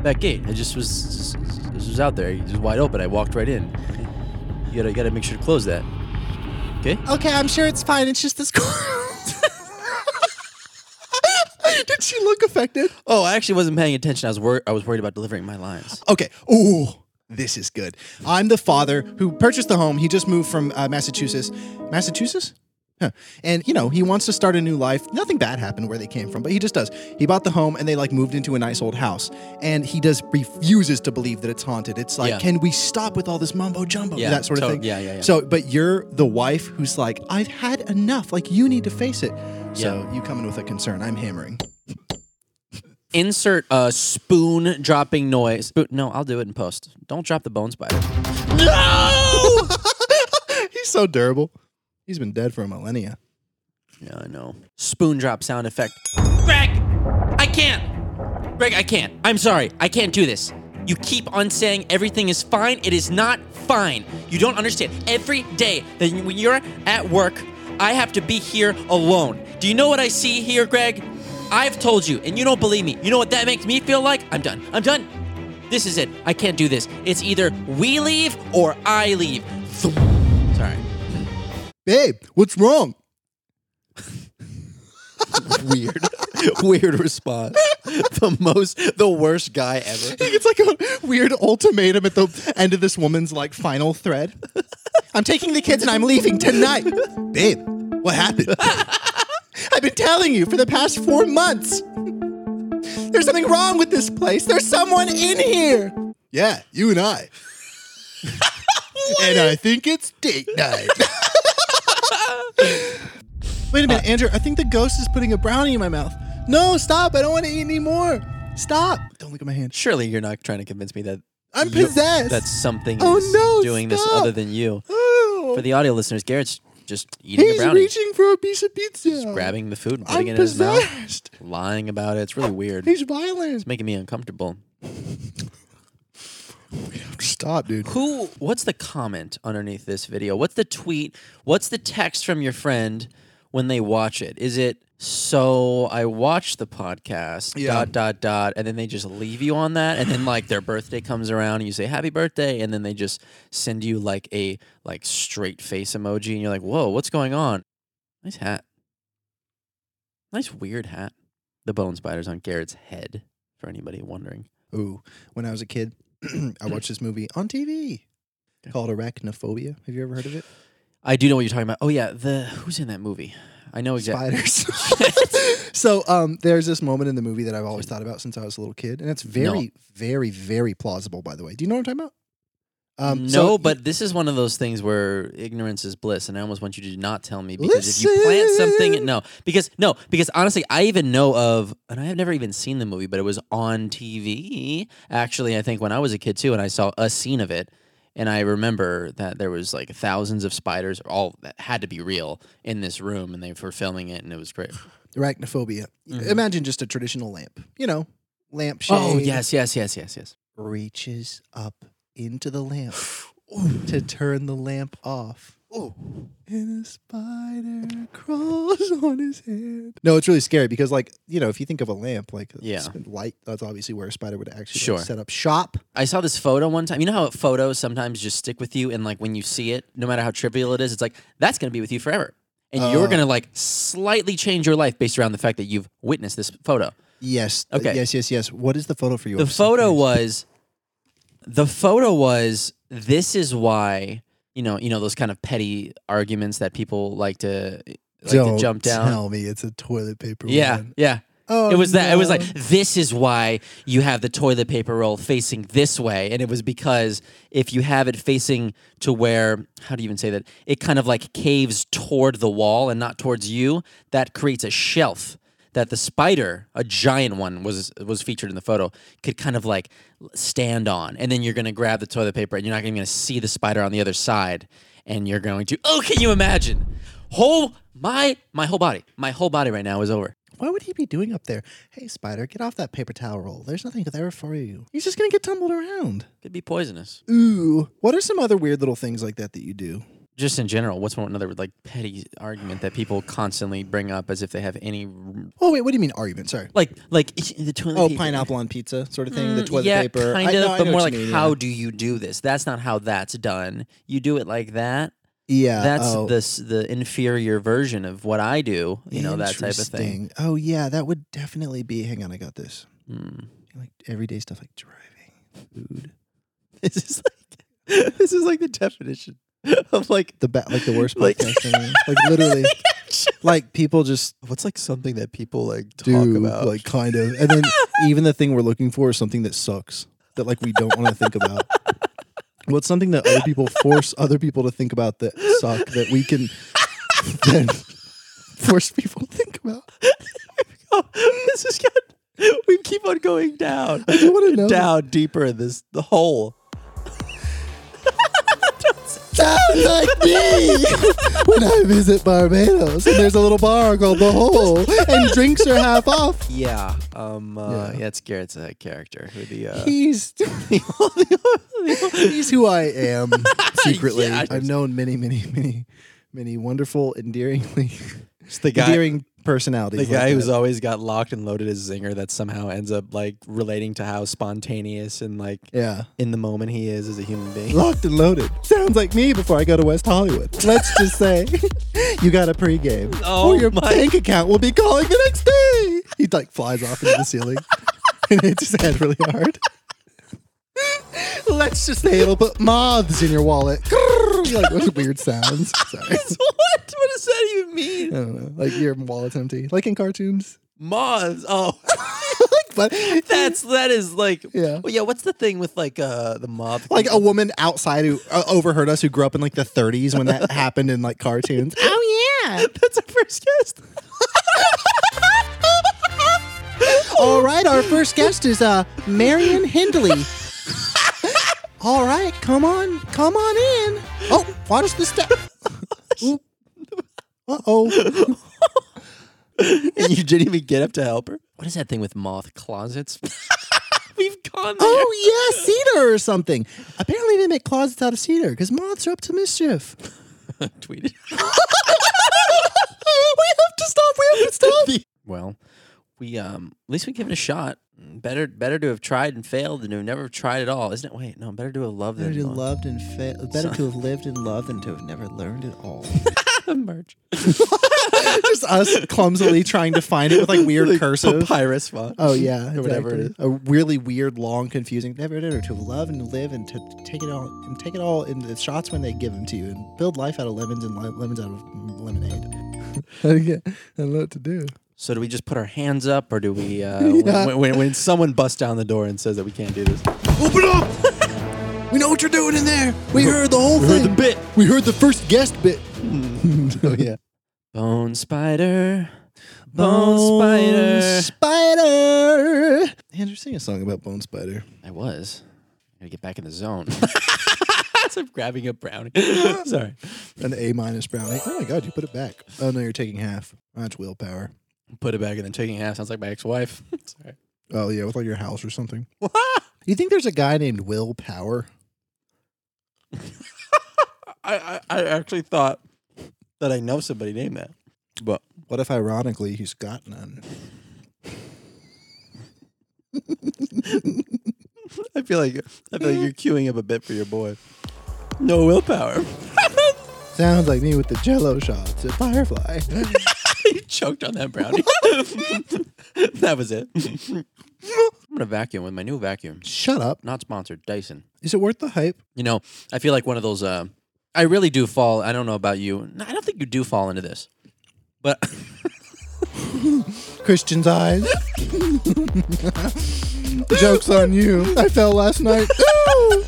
[SPEAKER 1] Back gate. It just was it was out there. It was wide open. I walked right in. You gotta gotta make sure to close that. Okay.
[SPEAKER 5] Okay, I'm sure it's fine. It's just this.
[SPEAKER 2] Did she look affected?
[SPEAKER 1] Oh, I actually wasn't paying attention. I was wor- I was worried about delivering my lines.
[SPEAKER 2] Okay. Ooh, this is good. I'm the father who purchased the home. He just moved from uh, Massachusetts. Massachusetts? Huh. And you know he wants to start a new life. Nothing bad happened where they came from, but he just does. He bought the home and they like moved into a nice old house. And he does refuses to believe that it's haunted. It's like,
[SPEAKER 1] Yeah.
[SPEAKER 2] can we stop with all this mumbo jumbo?
[SPEAKER 1] Yeah,
[SPEAKER 2] that sort of
[SPEAKER 1] tot-
[SPEAKER 2] thing.
[SPEAKER 1] yeah, yeah, yeah.
[SPEAKER 2] So, but you're the wife who's like, I've had enough. Like you need to face it. So you come in with a concern. I'm hammering.
[SPEAKER 1] Insert a spoon dropping noise. Spoon- no, I'll do it in post. Don't drop the bone spider.
[SPEAKER 2] No! He's so durable. He's been dead for a millennia.
[SPEAKER 1] No, I know. Spoon drop sound effect. Greg, I can't. Greg, I can't. I'm sorry. I can't do this. You keep on saying everything is fine. It is not fine. You don't understand. Every day that you- when you're at work, I have to be here alone. Do you know what I see here, Greg? I've told you, and you don't believe me. You know what that makes me feel like? I'm done. I'm done. This is it. I can't do this. It's either we leave or I leave. Sorry.
[SPEAKER 2] Babe, what's wrong?
[SPEAKER 4] weird, weird response. The most, the worst guy ever.
[SPEAKER 2] It's like a weird ultimatum at the end of this woman's like final thread. I'm taking the kids and I'm leaving tonight. Babe, what happened? I've been telling you for the past four months. There's something wrong with this place. There's someone in here. Yeah, you and I. and I think it's date night. Wait a minute, Andrew. I think the ghost is putting a brownie in my mouth. No, stop. I don't want to eat anymore. Stop. Don't look at my hand.
[SPEAKER 1] Surely you're not trying to convince me that
[SPEAKER 2] I'm
[SPEAKER 1] you're-
[SPEAKER 2] possessed.
[SPEAKER 1] That something
[SPEAKER 2] Oh,
[SPEAKER 1] is
[SPEAKER 2] no,
[SPEAKER 1] doing this
[SPEAKER 2] stop.
[SPEAKER 1] other than you.
[SPEAKER 2] Oh.
[SPEAKER 1] For the audio listeners, Garrett's just eating a
[SPEAKER 2] He's
[SPEAKER 1] brownie,
[SPEAKER 2] reaching for a piece of pizza.
[SPEAKER 1] grabbing the food, and
[SPEAKER 2] I'm
[SPEAKER 1] putting it in his mouth,
[SPEAKER 2] possessed.
[SPEAKER 1] lying about it. It's really weird. It's
[SPEAKER 2] He's violent.
[SPEAKER 1] making me uncomfortable.
[SPEAKER 2] Stop, dude.
[SPEAKER 1] Who? What's the comment underneath this video? What's the tweet? What's the text from your friend when they watch it? Is it so I watched the podcast
[SPEAKER 2] Yeah.
[SPEAKER 1] dot dot dot, and then they just leave you on that, and then like their birthday comes around and you say happy birthday, and then they just send you like a like straight face emoji, and you're like, whoa, what's going on? Nice hat. Nice weird hat. The bone spider's on Garrett's head. For anybody wondering,
[SPEAKER 2] Ooh, when I was a kid, I watched this movie on TV called Arachnophobia. Have you ever heard of it?
[SPEAKER 1] I do know what you're talking about. Oh yeah, the who's in that movie? I know exactly.
[SPEAKER 2] Spiders. so um, there's this moment in the movie that I've always thought about since I was a little kid, and it's very, very, very plausible. By the way, do you know what I'm talking about?
[SPEAKER 1] no,
[SPEAKER 2] Um, so-
[SPEAKER 1] but this is one of those things where ignorance is bliss, and I almost want you to not tell me because if you plant something,
[SPEAKER 2] Listen.
[SPEAKER 1] no, because no, because honestly, I even know of, and I have never even seen the movie, but it was on TV. Actually, I think when I was a kid too, and I saw a scene of it, and I remember that there was like thousands of spiders, all that had to be real, in this room, and they were filming it, and it was great.
[SPEAKER 2] arachnophobia.
[SPEAKER 1] Mhm.
[SPEAKER 2] Imagine just a traditional lamp. You know, lamp shade.
[SPEAKER 1] Oh yes, yes, yes, yes, yes.
[SPEAKER 2] reaches up into the lamp to turn the lamp off. And a spider crawls on his hand. No, it's really scary because, like, you know, if you think of a lamp, like
[SPEAKER 1] Yeah.
[SPEAKER 2] it's been light, that's obviously where a spider would actually like,
[SPEAKER 1] Sure.
[SPEAKER 2] set up shop.
[SPEAKER 1] I saw this photo one time. You know how photos sometimes just stick with you, and like when you see it, no matter how trivial it is, it's like that's gonna be with you forever, and you're
[SPEAKER 2] Oh.
[SPEAKER 1] gonna like slightly change your life based around the fact that you've witnessed this photo.
[SPEAKER 2] Yes.
[SPEAKER 1] Okay.
[SPEAKER 2] Yes, yes, yes. What is the photo for you?
[SPEAKER 1] The
[SPEAKER 2] I'm so
[SPEAKER 1] photo
[SPEAKER 2] curious.
[SPEAKER 1] was, the photo was. This is why you know you know those kind of petty arguments that people like to like
[SPEAKER 2] Don't
[SPEAKER 1] to jump down.
[SPEAKER 2] Tell me it's a toilet paper.
[SPEAKER 1] Yeah,
[SPEAKER 2] one.
[SPEAKER 1] yeah.
[SPEAKER 2] Oh,
[SPEAKER 1] it was that. It was
[SPEAKER 2] no.
[SPEAKER 1] like this is why you have the toilet paper roll facing this way, and it was because if you have it facing to where how do you even say that it kind of like caves toward the wall and not towards you, that creates a shelf that the spider, a giant one, was was featured in the photo, could kind of like stand on, and then you're gonna grab the toilet paper, and you're not even gonna see the spider on the other side, and you're going to oh, can you imagine? Whole my my whole body, my whole body right now is over.
[SPEAKER 2] Why would he be doing up there? Hey, spider, get off that paper towel roll. There's nothing there for you. He's just gonna get tumbled around.
[SPEAKER 1] Could be poisonous.
[SPEAKER 2] Ooh. What are some other weird little things like that that you do?
[SPEAKER 1] Just in general, what's one another like petty argument that people constantly bring up as if they have any
[SPEAKER 2] Oh wait, what do you mean argument? Sorry.
[SPEAKER 1] like like the toilet
[SPEAKER 2] Oh,
[SPEAKER 1] paper.
[SPEAKER 2] pineapple on pizza sort of thing. the
[SPEAKER 1] Mm,
[SPEAKER 2] toilet
[SPEAKER 1] yeah,
[SPEAKER 2] paper.
[SPEAKER 1] kind
[SPEAKER 2] I-
[SPEAKER 1] of,
[SPEAKER 2] no, I
[SPEAKER 1] but
[SPEAKER 2] know
[SPEAKER 1] more
[SPEAKER 2] what
[SPEAKER 1] like
[SPEAKER 2] you mean, yeah.
[SPEAKER 1] how do you do this? That's not how that's done. You do it like that.
[SPEAKER 2] Yeah.
[SPEAKER 1] that's
[SPEAKER 2] oh,
[SPEAKER 1] the s the inferior version of what I do. You know that type of thing.
[SPEAKER 2] interesting. Oh yeah, that would definitely be. Hang on, I got this.
[SPEAKER 1] Mm.
[SPEAKER 2] Like everyday stuff like driving, food.
[SPEAKER 4] This is like, this is like the definition of like,
[SPEAKER 2] The ba- like the worst
[SPEAKER 4] Like-
[SPEAKER 2] podcast. ever. like literally, like people just
[SPEAKER 4] what's like something that people like talk
[SPEAKER 2] do
[SPEAKER 4] about?
[SPEAKER 2] like kind of, and then even the thing we're looking for is something that sucks that like we don't want to think about. What's something that other people force other people to think about that suck that we can then force people to think about?
[SPEAKER 4] oh, this is good. We keep on going down,
[SPEAKER 2] I do want to know.
[SPEAKER 4] down deeper in this the hole.
[SPEAKER 2] sound like me when I visit Barbados. And there's a little bar called The Hole, and drinks are half off.
[SPEAKER 4] Yeah. Um. Uh,
[SPEAKER 2] Yeah.
[SPEAKER 1] That's Garrett's uh, character.
[SPEAKER 4] yeah. The uh,
[SPEAKER 2] He's he's who I am secretly. I've known many, many, many, many wonderful, endearingly
[SPEAKER 4] It's the guy,
[SPEAKER 2] Endearing personality.
[SPEAKER 4] the guy who's always got locked and loaded as zinger that somehow ends up like relating to how spontaneous and like
[SPEAKER 2] yeah.
[SPEAKER 4] in the moment he is as a human being.
[SPEAKER 2] Locked and loaded. Sounds like me before I go to West Hollywood. Let's just say you got a pregame.
[SPEAKER 1] Oh
[SPEAKER 2] or your
[SPEAKER 1] my-
[SPEAKER 2] bank account will be calling the next day. He like flies off into the ceiling and hits his head really hard. Let's just say it'll put moths in your wallet. like those weird sounds. Sorry.
[SPEAKER 4] what? What does that even mean?
[SPEAKER 2] I don't know. Like your wallet's empty. Like in cartoons.
[SPEAKER 4] Moths. Oh,
[SPEAKER 2] but
[SPEAKER 4] that's that is like
[SPEAKER 2] Yeah.
[SPEAKER 4] Well, yeah. What's the thing with like uh the moth?
[SPEAKER 2] like a woman outside who uh, overheard us who grew up in like the 30s when that happened in like cartoons.
[SPEAKER 5] Oh, yeah.
[SPEAKER 4] that's our first guest.
[SPEAKER 2] All right, our
[SPEAKER 5] First guest is uh, Marion Hindley. All right, come on, come on in. Oh, watch the step.
[SPEAKER 2] Uh oh.
[SPEAKER 4] and you didn't even get up to help her.
[SPEAKER 1] What is that thing with moth closets? We've gone there.
[SPEAKER 2] Oh yeah, cedar or something. Apparently they make closets out of cedar because moths are up to mischief.
[SPEAKER 1] Tweeted.
[SPEAKER 2] we have to stop. We have to stop.
[SPEAKER 1] Well, we um at least we give it a shot. Better better to have tried and failed than to have never tried at all, isn't it? Wait, no, better to have loved
[SPEAKER 5] Better
[SPEAKER 1] than
[SPEAKER 5] to
[SPEAKER 1] loved.
[SPEAKER 5] loved and fa- better to have lived and loved than to have never learned at all.
[SPEAKER 1] merch.
[SPEAKER 2] Just us clumsily trying to find it with like weird
[SPEAKER 4] Like
[SPEAKER 2] cursive.
[SPEAKER 4] papyrus font.
[SPEAKER 2] Oh yeah,
[SPEAKER 4] Or whatever it
[SPEAKER 2] exactly. A really weird, long, confusing. Never did or to love and to live and to take it all and take it all in the shots when they give them to you and build life out of lemons and li- lemons out of lemonade. I don't know what to do.
[SPEAKER 1] So do we just put our hands up, or do we? Uh,
[SPEAKER 2] Yeah.
[SPEAKER 4] When, when, when someone busts down the door and says that we can't do this,
[SPEAKER 2] Open up! we know what you're doing in there. We heard the Hmm. whole
[SPEAKER 4] we heard
[SPEAKER 2] thing.
[SPEAKER 4] the bit.
[SPEAKER 2] we heard the first guest bit.
[SPEAKER 4] oh yeah.
[SPEAKER 1] Bone spider, bone spider.
[SPEAKER 2] Spider. Andrew, sing a song about Bone Spider.
[SPEAKER 1] I was. I gotta get back in the zone.
[SPEAKER 4] I'm grabbing a brownie. Sorry.
[SPEAKER 2] An A minus brownie. Oh my god, you put it back. Oh no, you're taking half. That's willpower.
[SPEAKER 4] Put it back and then taking half sounds like my ex-wife. Sorry.
[SPEAKER 2] Oh yeah, with like your house or something. You think there's a guy named Will Power?
[SPEAKER 4] I, I I actually thought that I know somebody named that. But
[SPEAKER 2] What if ironically he's got none?
[SPEAKER 4] I feel like I feel like you're queuing up a bit for your boy. No willpower.
[SPEAKER 2] Sounds like me with the jello shots at Firefly.
[SPEAKER 4] you choked on that brownie. that was it.
[SPEAKER 1] I'm gonna vacuum with my new vacuum.
[SPEAKER 2] Shut up.
[SPEAKER 1] Not sponsored, Dyson.
[SPEAKER 2] Is it worth the hype?
[SPEAKER 1] You know, I feel like one of those. Uh, I really do fall. I don't know about you. No, I don't think you do fall into this, but
[SPEAKER 2] Christian's eyes. Joke's on you. I fell last night. Ooh.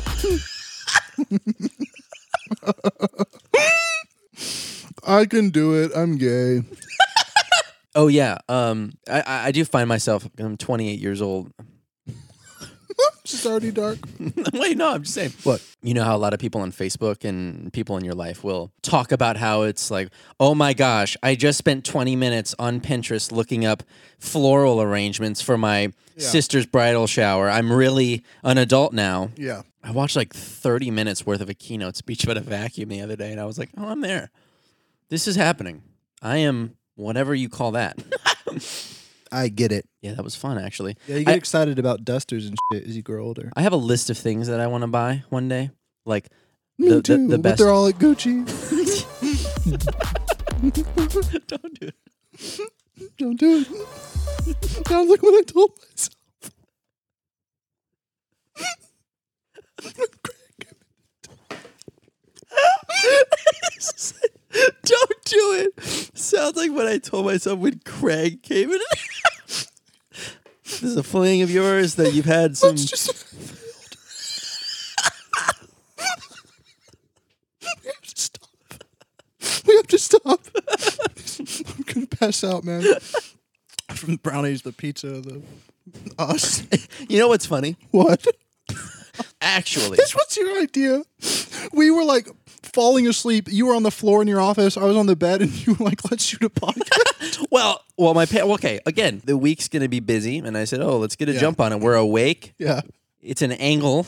[SPEAKER 2] I can do it. I'm gay.
[SPEAKER 1] oh yeah, um, I- I I do find myself. I'm 28 years old.
[SPEAKER 2] It's already dark.
[SPEAKER 1] Wait, no, I'm just saying.
[SPEAKER 2] What?
[SPEAKER 1] You know how a lot of people on Facebook and people in your life will talk about how it's like, oh my gosh, I just spent 20 minutes on Pinterest looking up floral arrangements for my sister's bridal shower. I'm really an adult now.
[SPEAKER 2] Yeah.
[SPEAKER 1] I watched like 30 minutes worth of a keynote speech about a vacuum the other day, and I was like, oh, I'm there. This is happening. I am whatever you call that.
[SPEAKER 2] I get it.
[SPEAKER 1] yeah, that was fun, actually.
[SPEAKER 2] Yeah, you get
[SPEAKER 1] I-
[SPEAKER 2] excited about dusters and shit as you grow older.
[SPEAKER 1] I have a list of things that I want to buy one day. Like, the, the, the
[SPEAKER 2] but
[SPEAKER 1] best
[SPEAKER 2] they're all at Gucci.
[SPEAKER 4] Don't do it.
[SPEAKER 2] Don't do it. Sounds like what I told myself.
[SPEAKER 4] Don't do it. Sounds like what I told myself when Craig came in. this is a fling of yours that you've had some.
[SPEAKER 2] We have to stop. We have to stop. I'm gonna pass out, man. From the brownies, the pizza, the us.
[SPEAKER 4] You know what's funny?
[SPEAKER 2] What?
[SPEAKER 1] actually.
[SPEAKER 2] This was your idea. We were like falling asleep. You were on the floor in your office. I was on the bed, and you were like, "Let's shoot a podcast."
[SPEAKER 1] Well, well, my pa- okay. Again, the week's gonna be busy, and I said, "Oh, let's get a
[SPEAKER 2] Yeah.
[SPEAKER 1] jump on it." We're awake.
[SPEAKER 2] yeah,
[SPEAKER 1] It's an angle.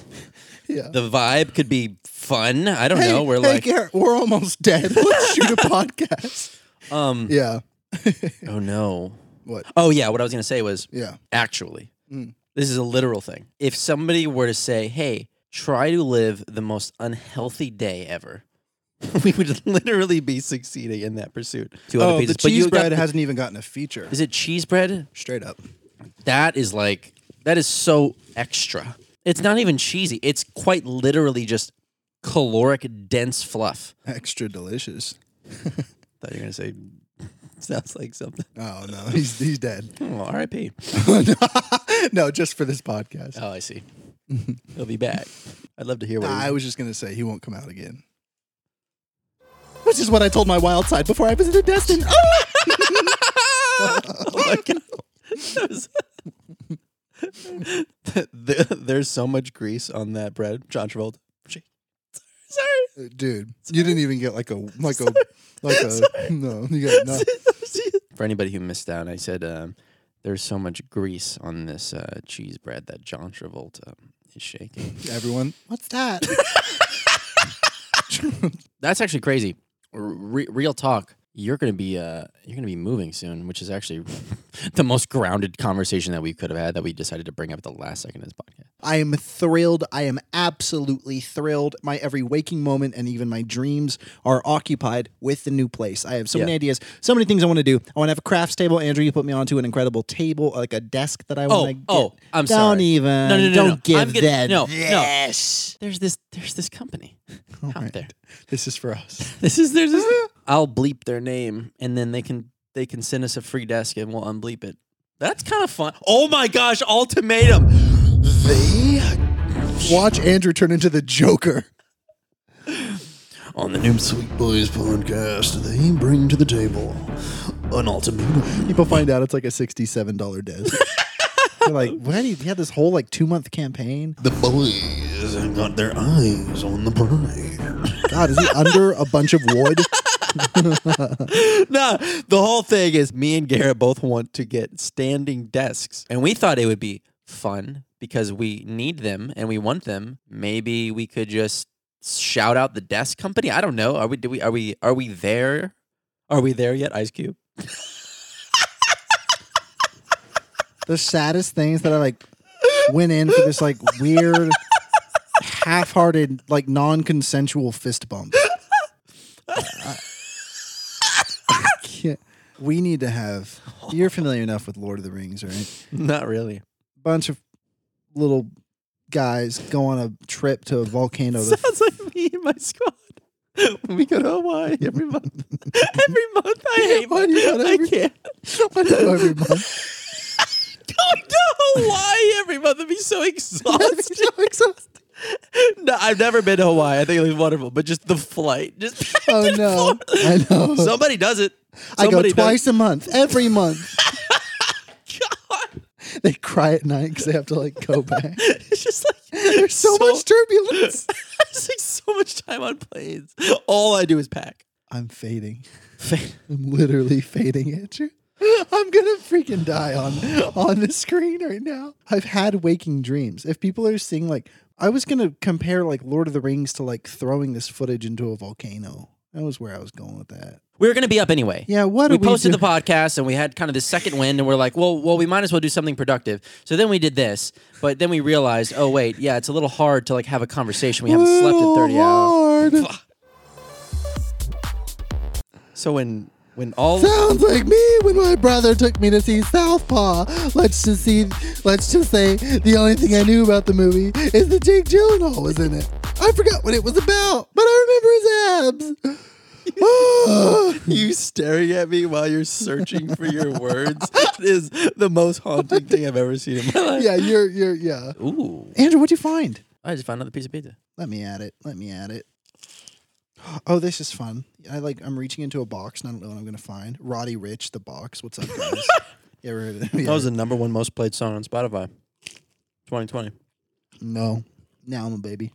[SPEAKER 2] yeah.
[SPEAKER 1] The vibe could be fun. I don't know. We're
[SPEAKER 2] hey,
[SPEAKER 1] like,
[SPEAKER 2] Garrett, we're almost dead. Let's shoot a podcast.
[SPEAKER 1] um,
[SPEAKER 2] Yeah.
[SPEAKER 1] Oh no.
[SPEAKER 2] What?
[SPEAKER 1] Oh yeah, what I was gonna say was
[SPEAKER 2] Yeah.
[SPEAKER 1] actually.
[SPEAKER 2] Mm.
[SPEAKER 1] This is a literal thing. If somebody were to say, "Hey, try to live the most unhealthy day ever,"
[SPEAKER 4] we would literally be succeeding in that pursuit.
[SPEAKER 1] two
[SPEAKER 2] Oh, the
[SPEAKER 1] but you
[SPEAKER 2] cheese bread
[SPEAKER 1] got-
[SPEAKER 2] hasn't even gotten a feature.
[SPEAKER 1] is it cheese bread?
[SPEAKER 2] Straight up.
[SPEAKER 1] That is like that is so extra. It's not even cheesy. It's quite literally just caloric dense fluff.
[SPEAKER 2] Extra delicious.
[SPEAKER 1] thought you were gonna say
[SPEAKER 4] Sounds like something.
[SPEAKER 2] Oh no, he's he's dead.
[SPEAKER 1] oh, R.I.P.
[SPEAKER 2] no, just for this podcast.
[SPEAKER 1] Oh, I see. He'll be back.
[SPEAKER 4] I'd love to hear what.
[SPEAKER 2] I was just gonna say he won't come out again. Which is what I told my wild side before I visited Destin. Oh!
[SPEAKER 4] oh my God. That was- There- there's so much grease on that bread, John Travolta. Gee. Sorry,
[SPEAKER 2] Uh, Dude, you didn't even get like a like a like a no. You got no.
[SPEAKER 4] sorry.
[SPEAKER 1] For anybody who missed out, I said um, there's so much grease on this uh, cheese bread that John Travolta is shaking.
[SPEAKER 2] Everyone, what's that?
[SPEAKER 1] That's actually crazy. R- re- real talk. You're gonna be uh, you're gonna be moving soon, which is actually the most grounded conversation that we could have had that we decided to bring up at the last second of this podcast.
[SPEAKER 2] I am thrilled. I am absolutely thrilled. My every waking moment and even my dreams are occupied with the new place. I have so many
[SPEAKER 1] Yeah.
[SPEAKER 2] ideas, so many things I want to do. I want to have a crafts table. Andrew, you put me onto an incredible table, like a desk that I want to.
[SPEAKER 1] oh, I'm
[SPEAKER 2] don't
[SPEAKER 1] sorry.
[SPEAKER 2] even.
[SPEAKER 1] No, no, no, no,
[SPEAKER 2] don't
[SPEAKER 1] no.
[SPEAKER 2] give
[SPEAKER 1] I'm getting-
[SPEAKER 2] that.
[SPEAKER 1] no, no.
[SPEAKER 2] yes.
[SPEAKER 1] There's this there's this company out
[SPEAKER 2] right.
[SPEAKER 1] there.
[SPEAKER 2] This is for us.
[SPEAKER 1] This is there's this, I'll bleep their name and then they can they can send us a free desk and we'll unbleep it. That's kind of fun. Oh my gosh, ultimatum.
[SPEAKER 2] Watch Andrew turn into the Joker.
[SPEAKER 4] On the new Sweet Boys podcast, they bring to the table an ultimatum.
[SPEAKER 2] People find out it's like a sixty-seven dollar desk. They're like, what? He had this whole like two-month campaign.
[SPEAKER 4] The boys have got their eyes on the prize.
[SPEAKER 2] God, is he under a bunch of wood?
[SPEAKER 4] no, the whole thing is me and Garrett both want to get standing desks.
[SPEAKER 1] And we thought it would be fun because we need them and we want them. Maybe we could just shout out the desk company. I don't know. Are we do we are we are we there? Are we there yet, Ice Cube?
[SPEAKER 2] the saddest things that I like went in for this like weird, half-hearted, like non-consensual fist bump. I- I can't- we need to have. You're familiar enough with Lord of the Rings, right?
[SPEAKER 4] Not really.
[SPEAKER 2] Bunch of little guys go on a trip to a volcano. to-
[SPEAKER 4] Sounds like me and my squad. When we go to Hawaii every month. every month, I hate
[SPEAKER 2] Why
[SPEAKER 4] my,
[SPEAKER 2] do you go to
[SPEAKER 4] I
[SPEAKER 2] every-
[SPEAKER 4] can't.
[SPEAKER 2] every month.
[SPEAKER 4] Going to Hawaii every month would be so exhausting. No, I've never been to Hawaii. I think it was wonderful, but just the flight, just back
[SPEAKER 2] Oh
[SPEAKER 4] and
[SPEAKER 2] no!
[SPEAKER 4] forth.
[SPEAKER 2] I know.
[SPEAKER 4] Somebody does it.
[SPEAKER 2] I go
[SPEAKER 4] Somebody
[SPEAKER 2] twice a month, every month.
[SPEAKER 4] Does. God,
[SPEAKER 2] They cry at night because they have to like go back.
[SPEAKER 4] it's just like
[SPEAKER 2] There's so, much turbulence.
[SPEAKER 4] It's like so much time on planes. All I do is pack.
[SPEAKER 2] I'm fading. I'm literally fading at you. I'm gonna freaking die on on the screen right now. I've had waking dreams. If people are seeing like I was gonna compare like Lord of the Rings to like throwing this footage into a volcano. That was where I was going with that.
[SPEAKER 1] We were gonna be up anyway.
[SPEAKER 2] Yeah, what
[SPEAKER 1] we
[SPEAKER 2] do we
[SPEAKER 1] posted
[SPEAKER 2] do?
[SPEAKER 1] the podcast and we had kind of this second wind and we're like, well, well, we might as well do something productive. So then we did this, but then we realized, oh wait, yeah, it's a little hard to like have a conversation. We haven't slept in thirty hours.
[SPEAKER 2] hours.
[SPEAKER 4] So when when all
[SPEAKER 2] Sounds like me when my brother took me to see Southpaw. Let's just see. Let's just say the only thing I knew about the movie is that Jake Gyllenhaal was in it. I forgot what it was about, but I remember Ah. his abs.
[SPEAKER 4] you staring at me while you're searching for your words is the most haunting thing I've ever seen in my life.
[SPEAKER 2] yeah, you're you're yeah.
[SPEAKER 1] Ooh,
[SPEAKER 2] Andrew, what'd you find?
[SPEAKER 1] I just found another piece of pizza.
[SPEAKER 2] Let me add it. Let me add it. Oh, this is fun. I like. I'm reaching into a box and I don't know what I'm gonna find. Roddy Rich, the box. What's up, guys? you ever heard of them?
[SPEAKER 1] That was the number one most played song on Spotify, 2020.
[SPEAKER 2] no. Now I'm a baby.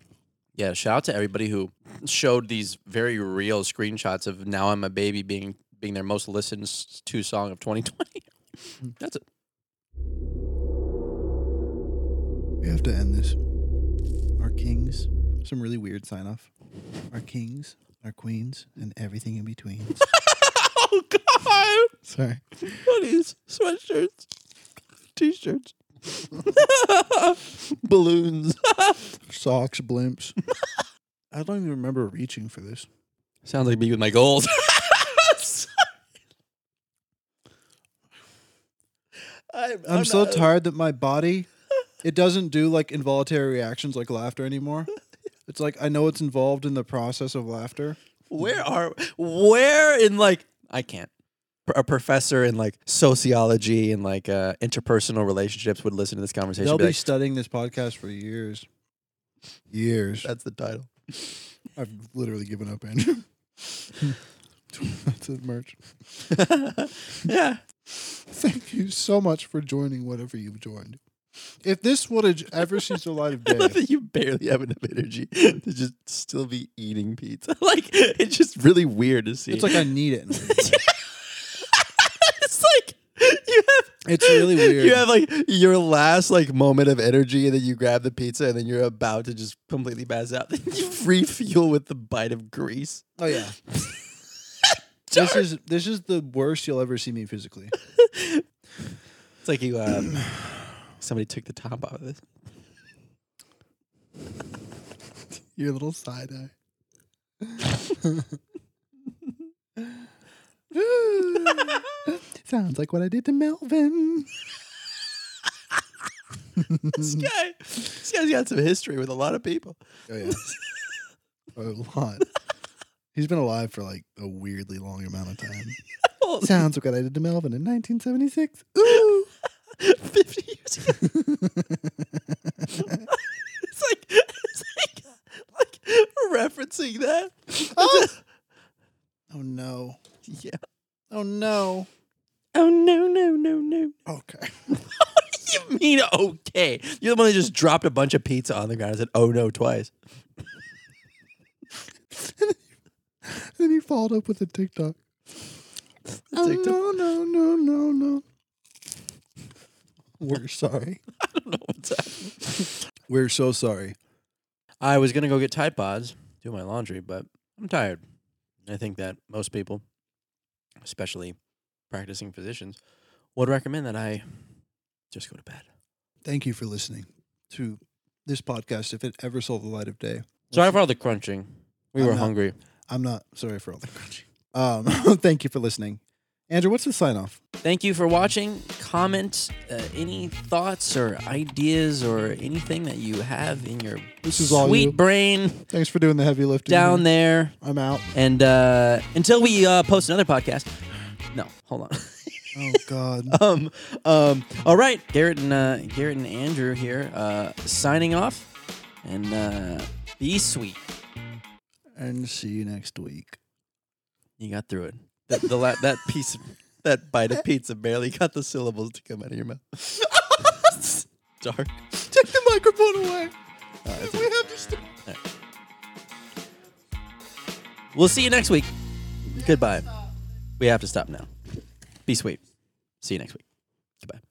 [SPEAKER 1] Yeah, shout out to everybody who showed these very real screenshots of "Now I'm a Baby" being being their most listened s- to song of 2020. That's it.
[SPEAKER 2] We have to end this. Our kings, some really weird sign off. Our kings, our queens, and everything in between.
[SPEAKER 1] Oh God. God.
[SPEAKER 2] Sorry.
[SPEAKER 1] Hoodies, sweatshirts, t-shirts, balloons.
[SPEAKER 2] Socks, blimps. I don't even remember reaching for this.
[SPEAKER 8] Sounds like me with my goals.
[SPEAKER 1] I,
[SPEAKER 2] I'm, so tired that my body it doesn't do like involuntary reactions like laughter anymore. It's like I know it's involved in the process of laughter.
[SPEAKER 1] Where are? Where in like? I can't. A professor in like sociology and like uh, interpersonal relationships would listen to this conversation.
[SPEAKER 2] They'll
[SPEAKER 1] and be
[SPEAKER 2] be
[SPEAKER 1] like,
[SPEAKER 2] studying this podcast for years. Years.
[SPEAKER 1] That's the title.
[SPEAKER 2] I've literally given up, Andrew. That's it, merch.
[SPEAKER 1] yeah.
[SPEAKER 2] Thank you so much for joining whatever you've joined. If this would have ever seen the light of day,
[SPEAKER 1] you barely have enough energy to just still be eating pizza. Like it's just really weird to see.
[SPEAKER 2] it's like I need it.
[SPEAKER 1] it's like you have
[SPEAKER 2] It's really weird.
[SPEAKER 1] You have like your last like moment of energy, and then you grab the pizza, and then you're about to just completely pass out. Then you refuel with the bite of grease.
[SPEAKER 2] Oh yeah. this is this is the worst you'll ever see me physically.
[SPEAKER 1] It's like you um, somebody took the top off of this.
[SPEAKER 2] Your little side eye. Sounds like what I did to Melvin.
[SPEAKER 1] This guy, this guy's got some history with a lot of people.
[SPEAKER 2] Oh yeah. a lot. He's been alive for like a weirdly long amount of time. Sounds like what I did to Melvin in 1976. Ooh.
[SPEAKER 1] Fifty years ago. it's like it's like like referencing that.
[SPEAKER 2] Oh no.
[SPEAKER 1] yeah.
[SPEAKER 2] Oh no.
[SPEAKER 1] Oh no no no no.
[SPEAKER 2] Okay.
[SPEAKER 1] you mean okay? You're the one that just dropped a bunch of pizza on the ground and said, "Oh no" twice.
[SPEAKER 2] Then he followed up with a TikTok. Oh
[SPEAKER 1] TikTok.
[SPEAKER 2] no no no no no. We're sorry.
[SPEAKER 1] I don't know what's happening.
[SPEAKER 2] We're so sorry.
[SPEAKER 8] I was gonna go get Tide Pods, do my laundry, but I'm tired. I think that most people, especially practicing physicians, would recommend that I just go to bed.
[SPEAKER 2] Thank you for listening to this podcast. If it ever saw the light of day,
[SPEAKER 8] Sorry for all the crunching. We
[SPEAKER 2] I'm
[SPEAKER 8] were
[SPEAKER 2] not-
[SPEAKER 8] hungry.
[SPEAKER 2] I'm not sorry for all the crunching. Um, thank you for listening, Andrew. What's the sign off?
[SPEAKER 8] Thank you for watching. Comment uh, any thoughts or ideas or anything that you have in your
[SPEAKER 2] This is all
[SPEAKER 8] sweet
[SPEAKER 2] you.
[SPEAKER 8] brain
[SPEAKER 2] Thanks for doing the heavy lifting.
[SPEAKER 8] down there.
[SPEAKER 2] I'm out.
[SPEAKER 8] And uh, until we uh, post another podcast, no, hold on.
[SPEAKER 2] Oh God.
[SPEAKER 8] um, um, all right, Garrett and uh, Garrett and Andrew here uh, signing off, and uh, be sweet.
[SPEAKER 2] and see you next week.
[SPEAKER 8] You got through it.
[SPEAKER 1] That the la- that piece of, that bite of pizza barely got the syllables to come out of your mouth. Dark.
[SPEAKER 2] Take the microphone away. we have to. St-
[SPEAKER 8] We'll see you next week. Goodbye. We have to stop now. Be sweet. See you next week. Goodbye.